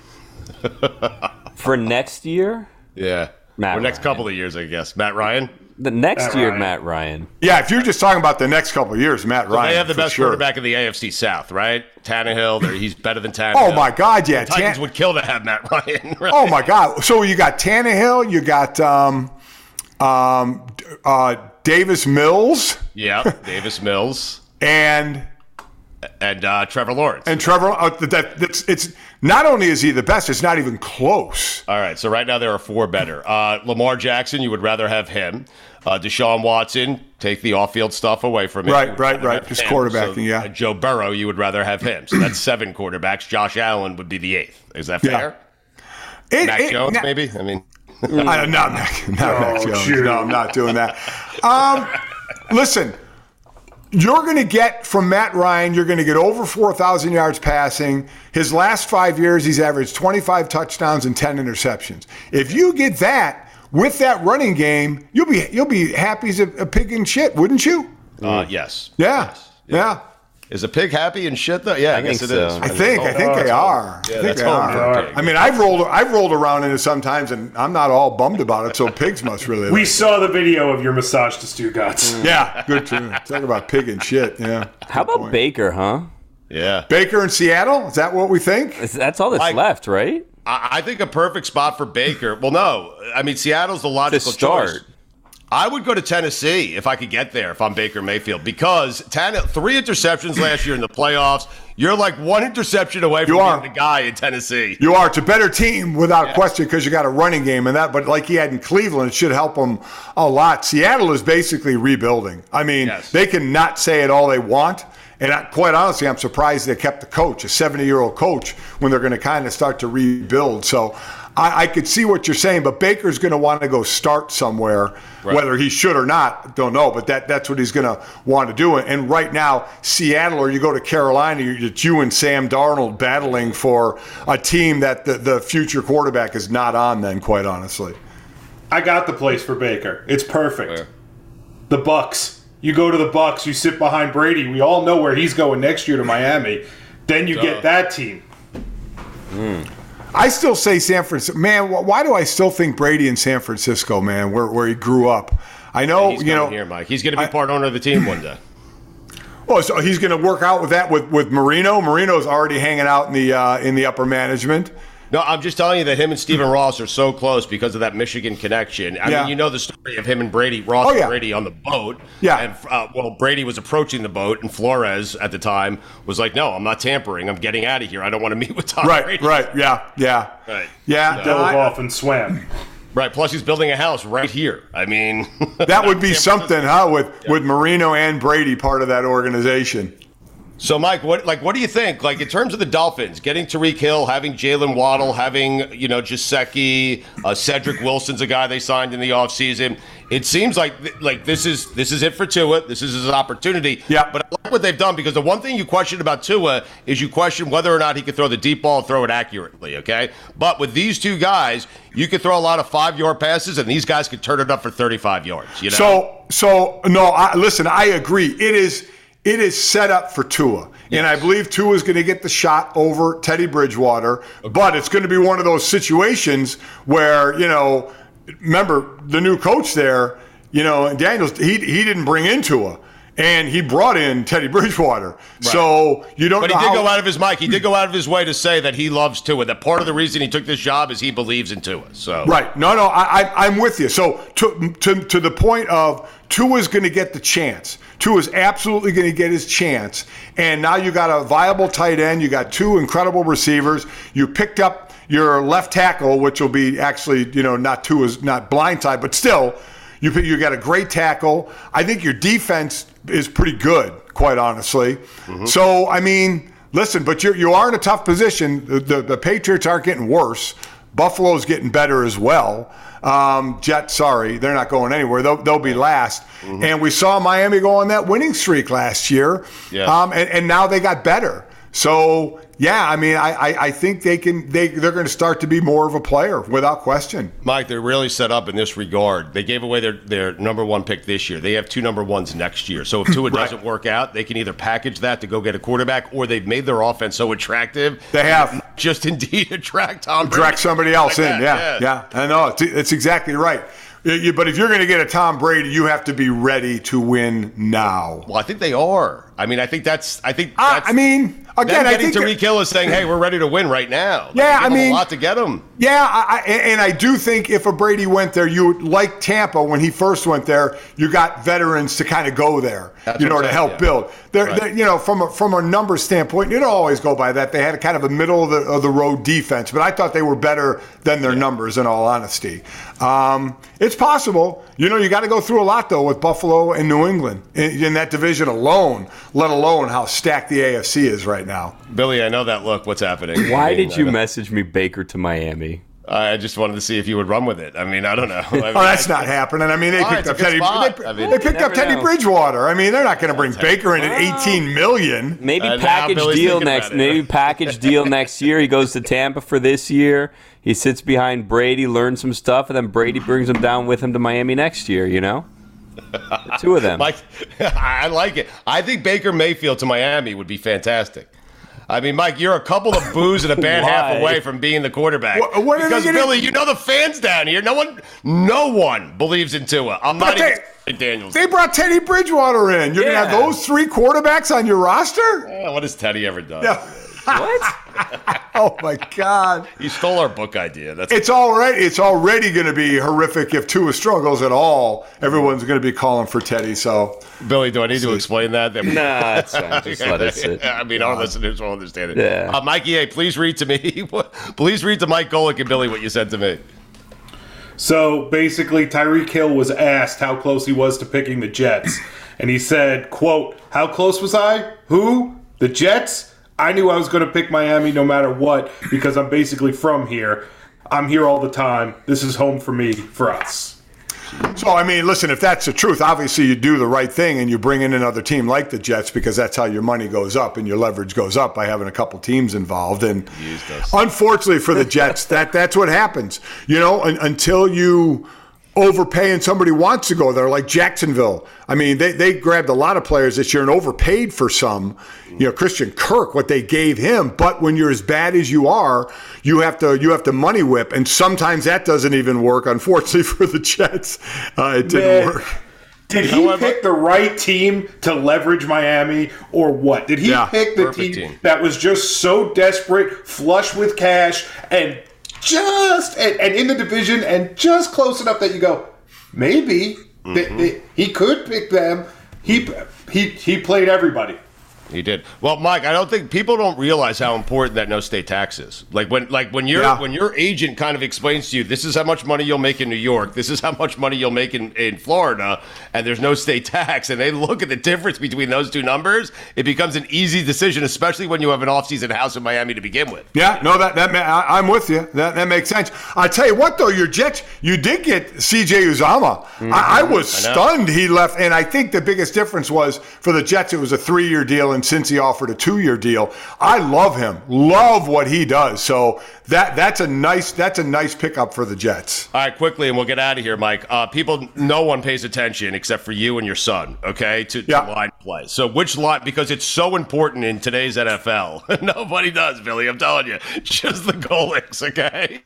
for next year? Yeah. Matt or next couple of years, I guess. Matt Ryan. The next Matt year, Ryan. Matt Ryan. Yeah, if you're just talking about the next couple of years, Matt Ryan. they have the for best sure. quarterback in the AFC South, right? Tannehill. they're- He's better than Tannehill. Oh my God, yeah, The Titans Tan- would kill to have Matt Ryan. right? Oh my God! So you got Tannehill, you got um, um, uh, Davis Mills, Yeah, Davis Mills and and uh, Trevor Lawrence. and Trevor. Uh, that, that's, it's not only is he the best, it's not even close. All right, so right now there are four better. Uh, Lamar Jackson, you would rather have him. Uh, Deshaun Watson, take the off-field stuff away from him. Right, You would right, rather right. have Just him. quarterbacking, So, yeah. uh, Joe Burrow, you would rather have him. So that's seven quarterbacks. Josh Allen would be the eighth. Is that Yeah. fair? Mac it- Jones, na- maybe. I mean, I don't know, Mac, not Mm. Oh, Mac Jones. shoot. No, I'm not doing that. Um, listen, you're going to get from Matt Ryan, you're going to get over 4,000 yards passing. His last five years, he's averaged 25 touchdowns and 10 interceptions. If you get that with that running game, you'll be you'll be happy as a, a pig in shit, wouldn't you? Uh, yes. Yeah. Yeah. Is a pig happy and shit though? Yeah, I, guess it is. I think. I think they are. Yeah, I think that's they home for a are. pig. I mean, I've rolled. I've rolled around in it sometimes, and I'm not all bummed about it. So pigs must really. We like it. saw the video of your massage to Stu Gotts. Yeah, good tune. Talk about pig and shit. Yeah. How about Baker, huh? Yeah. Baker in Seattle? Is that what we think? That's all that's Like- left, right? I, I think a perfect spot for Baker. Well, no, I mean Seattle's the logical start. choice. I would go to Tennessee if I could get there if I'm Baker Mayfield because Tannehill, three interceptions last year in the playoffs. You're like one interception away from You are. being the guy in Tennessee. You are. It's a better team without question because you got a running game and that. But like he had in Cleveland, it should help him a lot. Seattle is basically rebuilding. I mean, they can not say it all they want. And I, quite honestly, I'm surprised they kept the coach, a 70 year old coach, when they're going to kind of start to rebuild. So I, I could see what you're saying, but Baker's going to want to go start somewhere, Right. whether he should or not, don't know. But that, that's what he's going to want to do. And right now, Seattle, or you go to Carolina, you- it's you and Sam Darnold battling for a team that the, the future quarterback is not on. Then, quite honestly, I got the place for Baker. It's perfect. The Bucks. You go to the Bucks. You sit behind Brady. We all know where he's going next year to Miami. Then you Duh. get that team. Hmm. I still say San Francisco. Man, wh- why do I still think Brady in San Francisco? Man, where where he grew up. I know He's you know. coming here, Mike. He's going to be part owner of the team one day. Well, Oh, so he's going to work out with that with with Marino. Marino's already hanging out in the uh, in the upper management. No, I'm just telling you that him and Stephen Ross are so close because of that Michigan connection. I Yeah. mean, you know the story of him and Brady, Ross Oh, yeah. and Brady on the boat. Yeah. And, uh, well, Brady was approaching the boat, and Flores at the time was like, no, I'm not tampering. I'm getting out of here. I don't want to meet with Tom right, Brady. right, yeah, yeah, Right. yeah. Dove I- off and swam. Right. Plus, he's building a house right here. I mean, that would be something, huh? With with Marino and Brady part of that organization. So, Mike, what like what do you think? Like in terms of the Dolphins, getting Tariq Hill, having Jalen Waddle, having you know Jaceki, uh, Cedric Wilson's a guy they signed in the offseason. It seems like th- like this is this is it for Tua. This is his opportunity. Yeah. But I like what they've done because the one thing you question about Tua is you question whether or not he can throw the deep ball and throw it accurately. Okay. But with these two guys, you could throw a lot of five yard passes, and these guys could turn it up for thirty five yards. You know. So so no, I, listen, I agree. It is it is set up for Tua. And I believe Tua is going to get the shot over Teddy Bridgewater, but it's going to be one of those situations where, you know, remember the new coach there, you know, and Daniels, he, he didn't bring in Tua, and he brought in Teddy Bridgewater. So you don't But know he did how- go out of his mic. He did go out of his way to say that he loves Tua. That part of the reason he took this job is he believes in Tua. So Right. No, no, I, I, I'm with you. So to, to, to the point of Tua's going to get the chance. Tua's absolutely going to get his chance. And now you got a viable tight end. You got two incredible receivers. You picked up your left tackle, which will be actually, you know, not Tua's, not blindside, but still, you, you got a great tackle. I think your defense is pretty good, quite honestly. So, I mean, listen, but you're, you are in a tough position. The, the, the Patriots aren't getting worse. Buffalo's getting better as well. Um, Jets, sorry, they're not going anywhere. They'll, they'll be last. And we saw Miami go on that winning streak last year. Yeah. Um, and, and now they got better. So, yeah, I mean, I, I, I think they can, they, they're going to start to be more of a player without question. Mike, they're really set up in this regard. They gave away their, their number one pick this year. They have two number ones next year. So if Tua doesn't work out, they can either package that to go get a quarterback, or they've made their offense so attractive. They have. just indeed attract Tom. Brady. Drag somebody else Like in. that, Yeah, yeah. I know. It's, it's exactly right. You- you- but if you're going to get a Tom Brady, you have to be ready to win now. Well, I think they are. I mean, I think that's. I think. Ah, I, mean, Again, Them I getting think Tariq Hill is saying, "Hey, we're ready to win right now." Yeah, They give I him mean- a lot to get him. Yeah, I, I, and I do think if a Brady went there, you would, like Tampa when he first went there, you got veterans to kind of go there, That's you know, what to I'm help saying, yeah. build. They're, Right. they're- you know, from a, from a number standpoint, you don't always go by that. They had a kind of a middle of the, of the road defense, but I thought they were better than their numbers. In all honesty, um, it's possible. You know, you got to go through a lot though with Buffalo and New England in, in that division alone, let alone how stacked the AFC is right now. Billy, I know that look. What's happening? Why I mean, did I you don't- message me Baker to Miami? I just wanted to see if you would run with it. I mean, I don't know. I mean, oh, that's I- not happening. I mean, they Why? picked It's a up good Teddy. spot. They, I mean, they picked you up never Teddy know. Bridgewater. I mean, they're not going to bring Baker in at eighteen million. Maybe Uh, package deal next. Maybe package deal next year. He goes to Tampa for this year. He sits behind Brady, learns some stuff, and then Brady brings him down with him to Miami next year. You know, The two of them. Mike, I like it. I think Baker Mayfield to Miami would be fantastic. I mean, Mike, you're a couple of boos and a bad half Why? away from being the quarterback. What- what are they because gonna- Billy, you know the fans down here. No one, no one believes in Tua. I'm not But they- even even Daniels. They brought Teddy Bridgewater in. You're going to have Yeah. those three quarterbacks on your roster? Eh, what has Teddy ever done? No. what? oh my God! You stole our book idea. That's It's all right. It's already going to be horrific if Tua struggles at all. Everyone's going to be calling for Teddy. So, Billy, do I need to explain that? That- Nah, it's fine. Just let it sit. I mean, our listeners will understand it. Yeah. Uh, Mikey, hey, please read to me. what- please read to Mike Golick and Billy what you said to me. So basically, Tyreek Hill was asked how close he was to picking the Jets, and he said, "quote How close was I? Who? The Jets? I knew I was going to pick Miami no matter what because I'm basically from here. I'm here all the time. This is home for me for us." so I mean, listen. If that's the truth, obviously you do the right thing and you bring in another team like the Jets because that's how your money goes up and your leverage goes up by having a couple teams involved. And Unfortunately for the Jets, that that's what happens. You know, un, until you overpay and somebody wants to go there, like Jacksonville. I mean, they, they grabbed a lot of players this year and overpaid for some. You know, Christian Kirk, what they gave him. But when you're as bad as you are, you have to you have to money whip, and sometimes that doesn't even work. Unfortunately for the Jets, uh, it didn't Man, work. Did he pick the right team to leverage Miami or what? Did he Yeah, pick the team, perfect team. that was just so desperate, flush with cash, and just and, and in the division and just close enough that you go, maybe th- Mm-hmm. th- he could pick them. He he he played everybody. He did well, Mike. I don't think people don't realize how important that no state tax is. Like when, like when your when your agent kind of explains to you, this is how much money you'll make in New York, this is how much money you'll make in, in Florida, and there's no state tax, and they look at the difference between those two numbers, it becomes an easy decision, especially when you have an offseason house in Miami to begin with. Yeah, no, that that ma- I, I'm with you. That that makes sense. I tell you what, though, your Jets, you did get C.J. Uzama. I, I was Mm-hmm. I know. stunned he left, and I think the biggest difference was for the Jets, it was a three-year deal, and since he offered a two-year deal, I love him, love what he does. So that that's a nice that's a nice pickup for the Jets. All right, quickly, and we'll get out of here, Mike. Uh, people, no one pays attention except for you and your son, okay, to, to line play. So, which line, because it's so important in today's NFL. Nobody does, Billy, I'm telling you. Just the Golics, okay?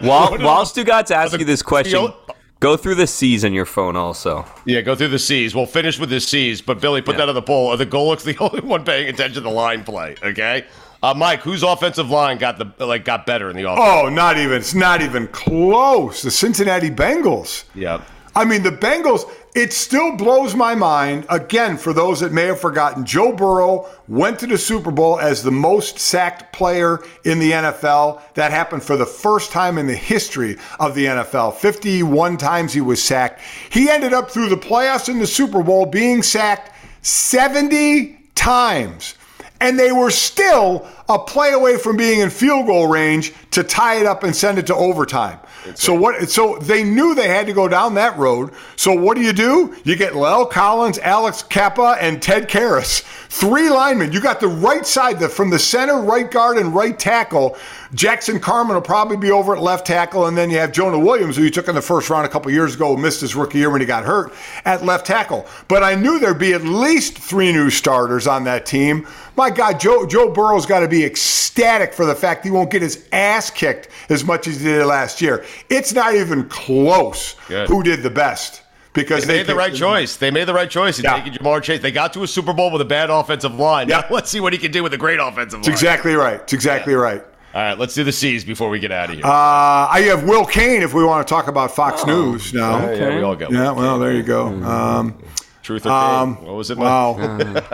While What while is- Stu Gatz asks you this question, field- go through the C's on your phone also. yeah, go through the C's. We'll finish with the C's, but Billy, put that on the poll. Are the Golics the only one paying attention to the line play, okay? Uh, Mike, whose offensive line got the like got better in the offense? Oh, not even it's not even close. The Cincinnati Bengals. Yeah. I mean, the Bengals, it still blows my mind. Again, for those that may have forgotten, Joe Burrow went to the Super Bowl as the most sacked player in the NFL. That happened for the first time in the history of the NFL. 51 times he was sacked. He ended up through the playoffs and the Super Bowl being sacked 70 times. And they were still a play away from being in field goal range to tie it up and send it to overtime. So what? So they knew they had to go down that road. So what do you do? You get Lel Collins, Alex Kappa, and Ted Karras, three linemen. You got the right side, the from the center, right guard, and right tackle. Jackson Carmen will probably be over at left tackle, and then you have Jonah Williams, who you took in the first round a couple years ago, missed his rookie year when he got hurt at left tackle. But I knew there'd be at least three new starters on that team. My God, Joe Joe Burrow's got to be ecstatic for the fact he won't get his ass kicked as much as he did last year. It's not even close. Good. Who did the best? because they, made the right choice. They made the right choice in taking Jamar Chase. They got to a Super Bowl with a bad offensive line. Now let's see what he can do with a great offensive It's line. exactly right. It's exactly right. All right, let's do the C's before we get out of here. Uh, I have Will Kane if we want to talk about Fox News now. yeah, yeah, we all got Yeah, well, there you go. Um, Truth or Kane? What was it, Mike?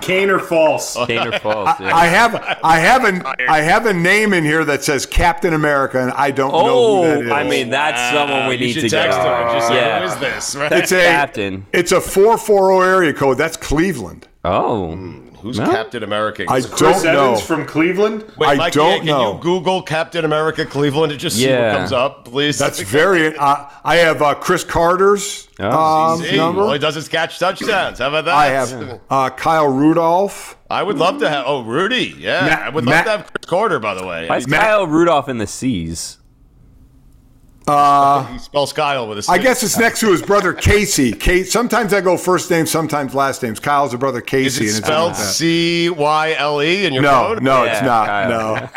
Kane or false? Kane or false? I have I have an I have a name in here that says Captain America, and I don't know who that is. Oh, I mean, that's someone we you need should to get. text him and just say, yeah. "Who is this?" Right? It's a Captain. It's a four four zero area code. That's Cleveland. Oh, Hmm, who's Captain America? I Is it don't know. from Cleveland? Wait, I Mike, don't yeah, can know. you Google Captain America Cleveland and just see Yeah. what comes up, please? That's very. Uh, I have uh, Chris Carter's Oh, um, Easy. All number. he does is catch touchdowns. How about that? I have uh, Kyle Rudolph. I would love to have. Oh, Rudy. Yeah, Matt- I would love Matt- to have Chris Carter. By the way, Why is Kyle Rudolph in the C's? Uh, he spells Kyle with a C. I guess it's next to his brother Casey. Kate. Sometimes I go first name, sometimes last names. Kyle's a brother Is Casey. it and it's like spelled that. C Y L E in your No, phone? no, it's not. No,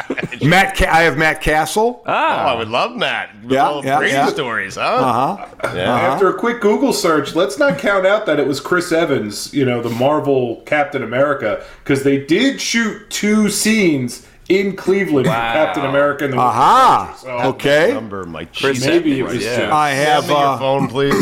Matt. Ca- I have Matt Castle. Ah, Oh, I would love Matt. With Yeah, all the yeah, Brady yeah. stories, huh? Uh huh. Yeah. After a quick Google search, let's not count out that it was Chris Evans, you know, the Marvel Captain America, because they did shoot two scenes in Cleveland for Captain America and the Aha. Okay. Number, Mike. Chris Maybe it was Evans, yeah. just- I have. Hand me your Uh, phone, please.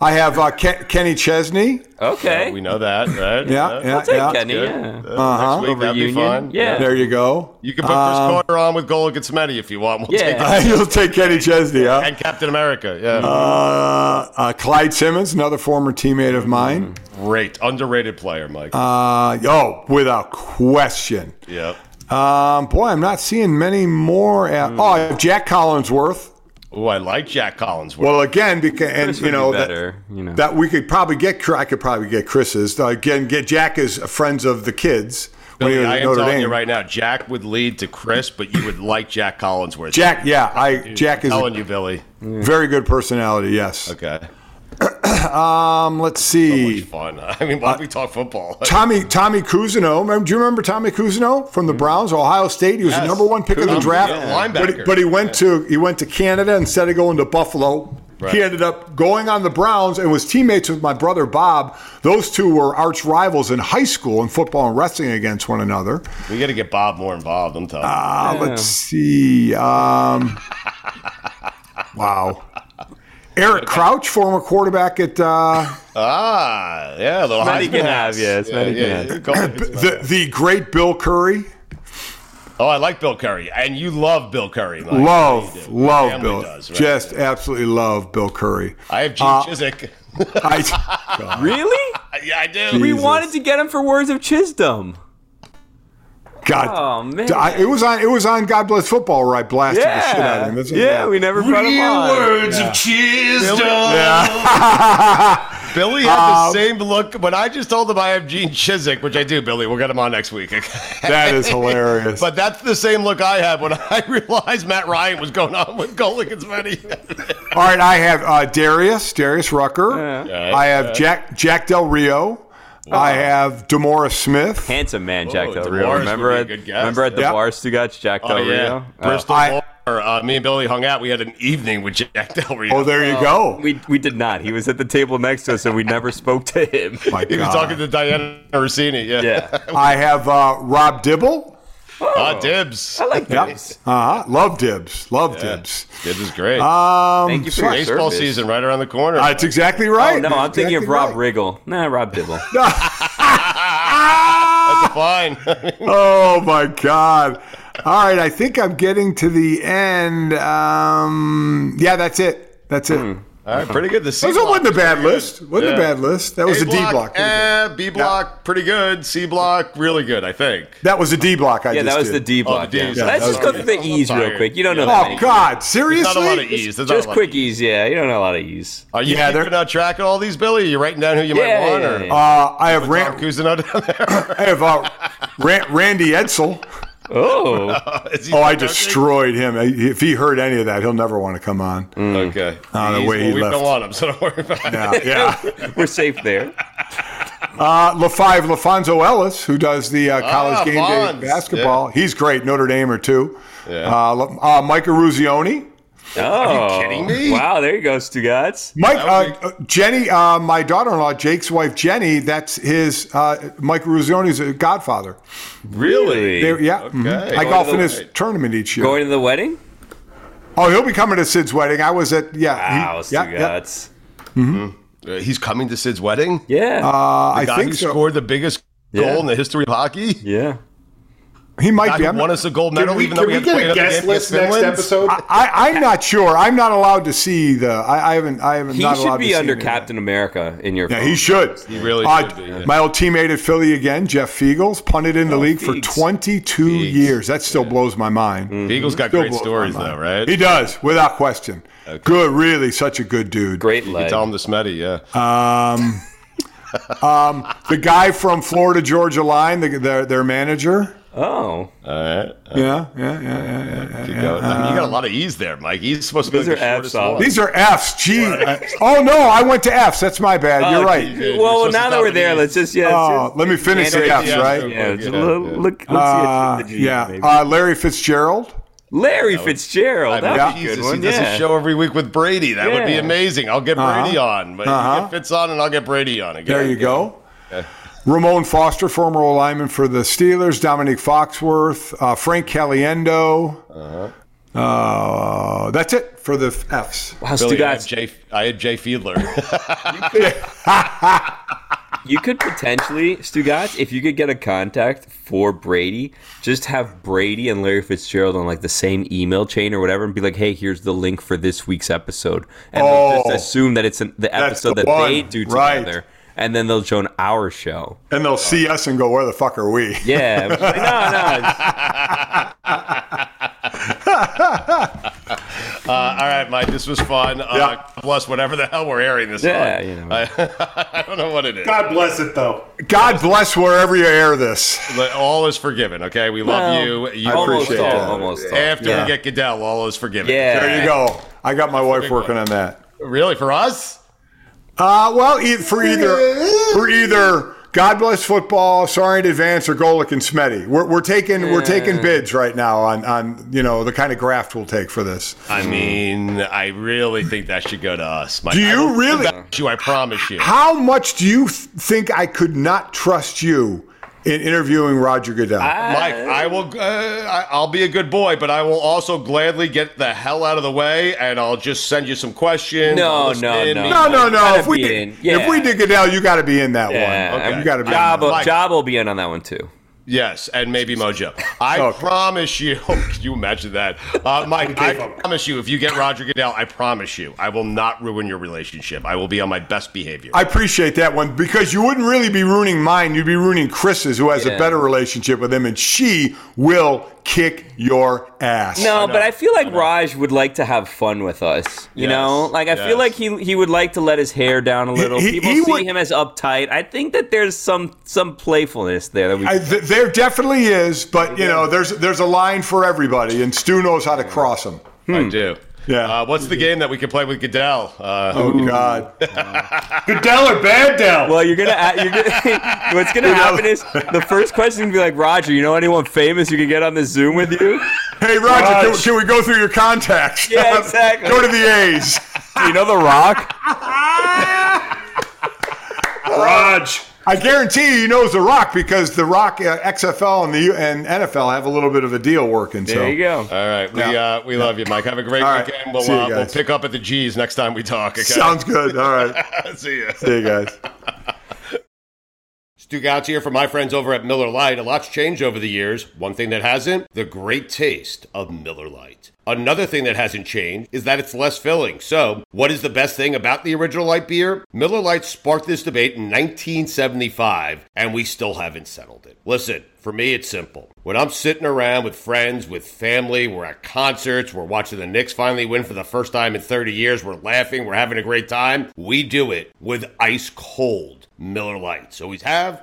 I have uh, Ken- Kenny Chesney. Okay. we know that, right? Yeah, yeah, We'll take yeah. Kenny. That's yeah. good. Uh, Uh-huh. Next week, that'd be fun. There you go. You can put Chris Carter on with Gola Getsmedi if you want. We'll take Uh, that. You'll take Kenny Chesney, huh? And Captain America, yeah. Uh, uh, Clyde Simmons, another former teammate of mine. Great. Underrated player, Mike. Uh, oh, without question. yep. Um, boy, I'm not seeing many more. At, Hmm. Oh, I have Jack Collinsworth. Oh, I like Jack Collinsworth. Well, again, because and Chris would you know be that better, you know. that we could probably get. I could probably get Chris's Uh, again. Get Jack is friends of the kids when he Billy, was I at am Notre telling Dame. you right now, Jack would lead to Chris, but you would like Jack Collinsworth. Jack, yeah, I Jack is a telling you, Billy. very good personality. Yes. Okay. um, let's see. Fun. I mean, why don't we talk football? Tommy Tommy Cousineau. Remember, do you remember Tommy Cousineau from the Browns, Ohio State? He was the Mm-hmm. Yes. number one pick of the Cousineau, draft. yeah. But, he, Linebacker. but he went to he went to Canada instead of going to Buffalo. Right. He ended up going on the Browns and was teammates with my brother Bob. Those two were arch rivals in high school in football and wrestling against one another. We got to get Bob more involved. I'm telling you. Uh, Let's see. Um, wow. Eric Crouch, former quarterback at uh, Ah, yeah, a little Smitty high can pass. have, yeah, Smitty can have. go ahead. the, the great Bill Curry. Oh, I like Bill Curry, and you love Bill Curry. Mike. love, love Family Bill. does, right? Just absolutely love Bill Curry. I have Gene Uh, Chizik. I, Really? yeah, I do. We wanted to get him for Words of Chisdom. God, Oh man. I- it was on. It was on God Bless Football where I blasted the shit out of him. That's- yeah, we never brought him Real on. words of Chisdom. Billy had the Um, same look when I just told him I have Gene Chizik, which I do, Billy. We'll get him on next week. okay? That is hilarious. But that's the same look I had when I realized Matt Ryan was going on with Golikins Many. All right, I have uh, Darius, Darius Rucker. Yeah. I have Yeah. Jack Jack Del Rio. I have Demora Smith. Handsome man, Jack Oh, Del DeMar's Rio. would Remember be a at, good guest. remember at the Yeah. bars you got Jack Del Oh yeah, Rio? Oh. Bristol Bar. Uh, me and Billy hung out. We had an evening with Jack Del Rio. Oh, We, we did not. He was at the table next to us, and we never spoke to him. He was talking to Diana Rossini. Yeah. I have uh, Rob Dibble. Ah, dibs. I like Yep. Uh-huh. Love Dibs. Love Dibs. Dibs is great. Um, Thank you for sorry. your Baseball service. season right around the corner. Uh, That's exactly right. Oh, no, I'm That's thinking of exactly Rob Riggle. Nah, Rob Dibble. That's fine. Ah! oh my god all right i think i'm getting to the end um yeah that's it that's it Hmm. All right, pretty good. The C That block wasn't a was bad pretty good. list. Wasn't a bad list. That was a D block. Eh, B block, pretty good. C block, really good. I think. that was a d block i yeah, just that was did. the D block. Oh, the D, yeah. yeah. Let's That just go was- through the E's real tired. quick. You don't know Yeah. that Oh, many. God, seriously? There's not a lot of E. E's. There's not a just lot of quick E's, yeah. You don't know a lot of E's. Are you Yeah, yeah, they're- keeping on track of all these, Billy? Are you writing down who you Yeah, might want? Um, yeah, or yeah. uh, i have Ran- down there? i have uh, Ran- randy edsel Oh. Is he oh i still coaching? destroyed him I- if he heard any of that he'll never want to come on Mm. Hmm. Okay. Oh, the He's- way well, he we left. don't want him, so don't worry about it. yeah. We're safe there. Uh, LaFive LaFonso Ellis, who does the uh, college Ah, game Fonz, day basketball. He's great, Notre Dame or two. Yeah. Uh, La- uh, Mike Ruzioni. Oh, Are you kidding me? Wow, there you go, Stu Gods. Mike, uh, uh, Jenny, uh, my daughter-in-law, Jake's wife, Jenny. That's his. Uh, Mike Ruzzoni's uh, godfather. Really? They- yeah. Okay. mhm. I Going golf to in the- his tournament each year. Going to the wedding? Oh, he'll be coming to Sid's wedding. I was at yeah. he- Wow, Stu yeah, yeah. Gods. Uh, He's coming to Sid's wedding. Yeah, Uh, the I guy think who so. scored the biggest goal Yeah. in the history of hockey. Yeah, he might be. Who I'm won not- us a gold medal, even though we, had to play another game against Finland? I, I, I'm not sure. I'm not allowed to see the. I, I haven't. I haven't. He not allowed should to be see under it. Captain America in your. Yeah, phone. he should. He really Uh, should be. yeah. Oh, My old teammate at Philly again, Jeff Fiegels, punted in the league for 22 years. That still blows my mind. Mm. Fiegels got Still great blows my stories, mind. though, right? He does, without question. Good, really, such a good dude. Great You could tell him the Smetty, yeah. Um, um, the guy from Florida Georgia Line, the, their their manager. Oh. Uh, All right. Yeah, yeah, yeah, yeah, yeah. yeah, Keep yeah. going. I mean, you got a Um, lot of E's there, Mike. E's supposed to be These like the are shortest Fs, one. These are F's. Gee. I- oh no, I went to F's. That's my bad. Oh, You're right. geez, dude, Well, you're supposed now to that stop we're at there, E's. let's just- yeah, let's Oh, just- let me finish the Yeah, F's, right? yeah, just look- look- let's see Uh, it. The G, yeah. maybe. Uh, Larry Fitzgerald. Larry Fitzgerald. I mean, That would be a Jesus, good he one. does Yeah. a show every week with Brady. That would be Yeah. amazing. I'll get Uh-huh. Brady on, but Uh-huh. you get Fitz on, and I'll get Brady on again. There you go. Okay. Ramon Foster, former O lineman for the Steelers. Dominic Foxworth. Uh, Frank Caliendo. Uh-huh. that's it for the F's. Wow, Billy, I, had Jay, I had Jay Fiedler. you could potentially, Stugatz, if you could get a contact for Brady, just have Brady and Larry Fitzgerald on like the same email chain or whatever, and be like, "Hey, here's the link for this week's episode," and they'll Oh. just assume that it's an, the episode the that they one. do Right. together, and then they'll join our show. And they'll see us and go, "Where the fuck are we?" Yeah, I'm just like, uh, all right, Mike, this was fun. Uh, Plus, whatever the hell we're airing this Yeah, on. you know. I, I don't know what it is. God bless it, though. God bless wherever you air this. But all is forgiven. Okay, we love Well, you. you. I appreciate Almost all, that. almost all. After Yeah. we get Goodell, all is forgiven. There you go. I got my wife big working on that. Really, for us? Uh, well, e- for either for either God bless football, sorry in advance, or Golik and Smetty. We're, we're taking we're taking Yeah. bids right now on on you know the kind of graft we'll take for this. I mean, I really think that should go to us. Mike. Do I you will really- back You, I promise you. How much do you th- think I could not trust you in interviewing Roger Goodell? Mike, I will. Uh, I- I'll be a good boy, but I will also gladly get the hell out of the way, and I'll just send you some questions. No, I'll listen no, in, no. meet- no, no, no. Gotta If we be did, in. Yeah. if we did Goodell, you got to be in that yeah, one. and You got to be. Job, in that one. Job will be in on that one too. Yes, and maybe Mojo. I promise you. Can you imagine that, uh, Mike? I promise you, if you get Roger Goodell, I promise you, I will not ruin your relationship. I will be on my best behavior. I appreciate that one because you wouldn't really be ruining mine. You'd be ruining Chris's, who has Yeah. a better relationship with him, and she will kick your ass. No, but I feel like Raj would like to have fun with us. You Yes, know, like I yes. feel like he he would like to let his hair down a little. he- People he see would- him as uptight. I think that there's some some playfulness there that we. I, th- there definitely is, but you know, there's there's a line for everybody, and Stu knows how to cross them. I do. Yeah. Uh, what's the game that we can play with Goodell? Uh, oh God. Goodell or Bad Dell? Well, you're gonna. a- You're gonna what's gonna happen is the first question would be like, Roger, you know anyone famous you could get on this Zoom with you? Hey Roger, can, can we go through your contacts? Yeah, exactly. go to the A's. you know the Rock? Raj. I guarantee you, he knows the Rock because the Rock uh, XFL and the U- and NFL have a little bit of a deal working. so. go. All right. We, Yeah. uh, we love you, Mike. Have a great All right. weekend. We'll, See you uh, we'll guys. pick up at the G's next time we talk. Okay? Sounds good. All right. See ya. See you guys. Stu Gouts here from my friends over at Miller Lite. A lot's changed over the years. One thing that hasn't, the great taste of Miller Lite. Another thing that hasn't changed is that it's less filling. So, what is the best thing about the original light beer? Miller Lite sparked this debate in 1975, and we still haven't settled it. Listen, for me, it's simple. When I'm sitting around with friends, with family, we're at concerts, we're watching the Knicks finally win for the first time in 30 years, we're laughing, we're having a great time, we do it with ice cold. Miller Lights. Always have,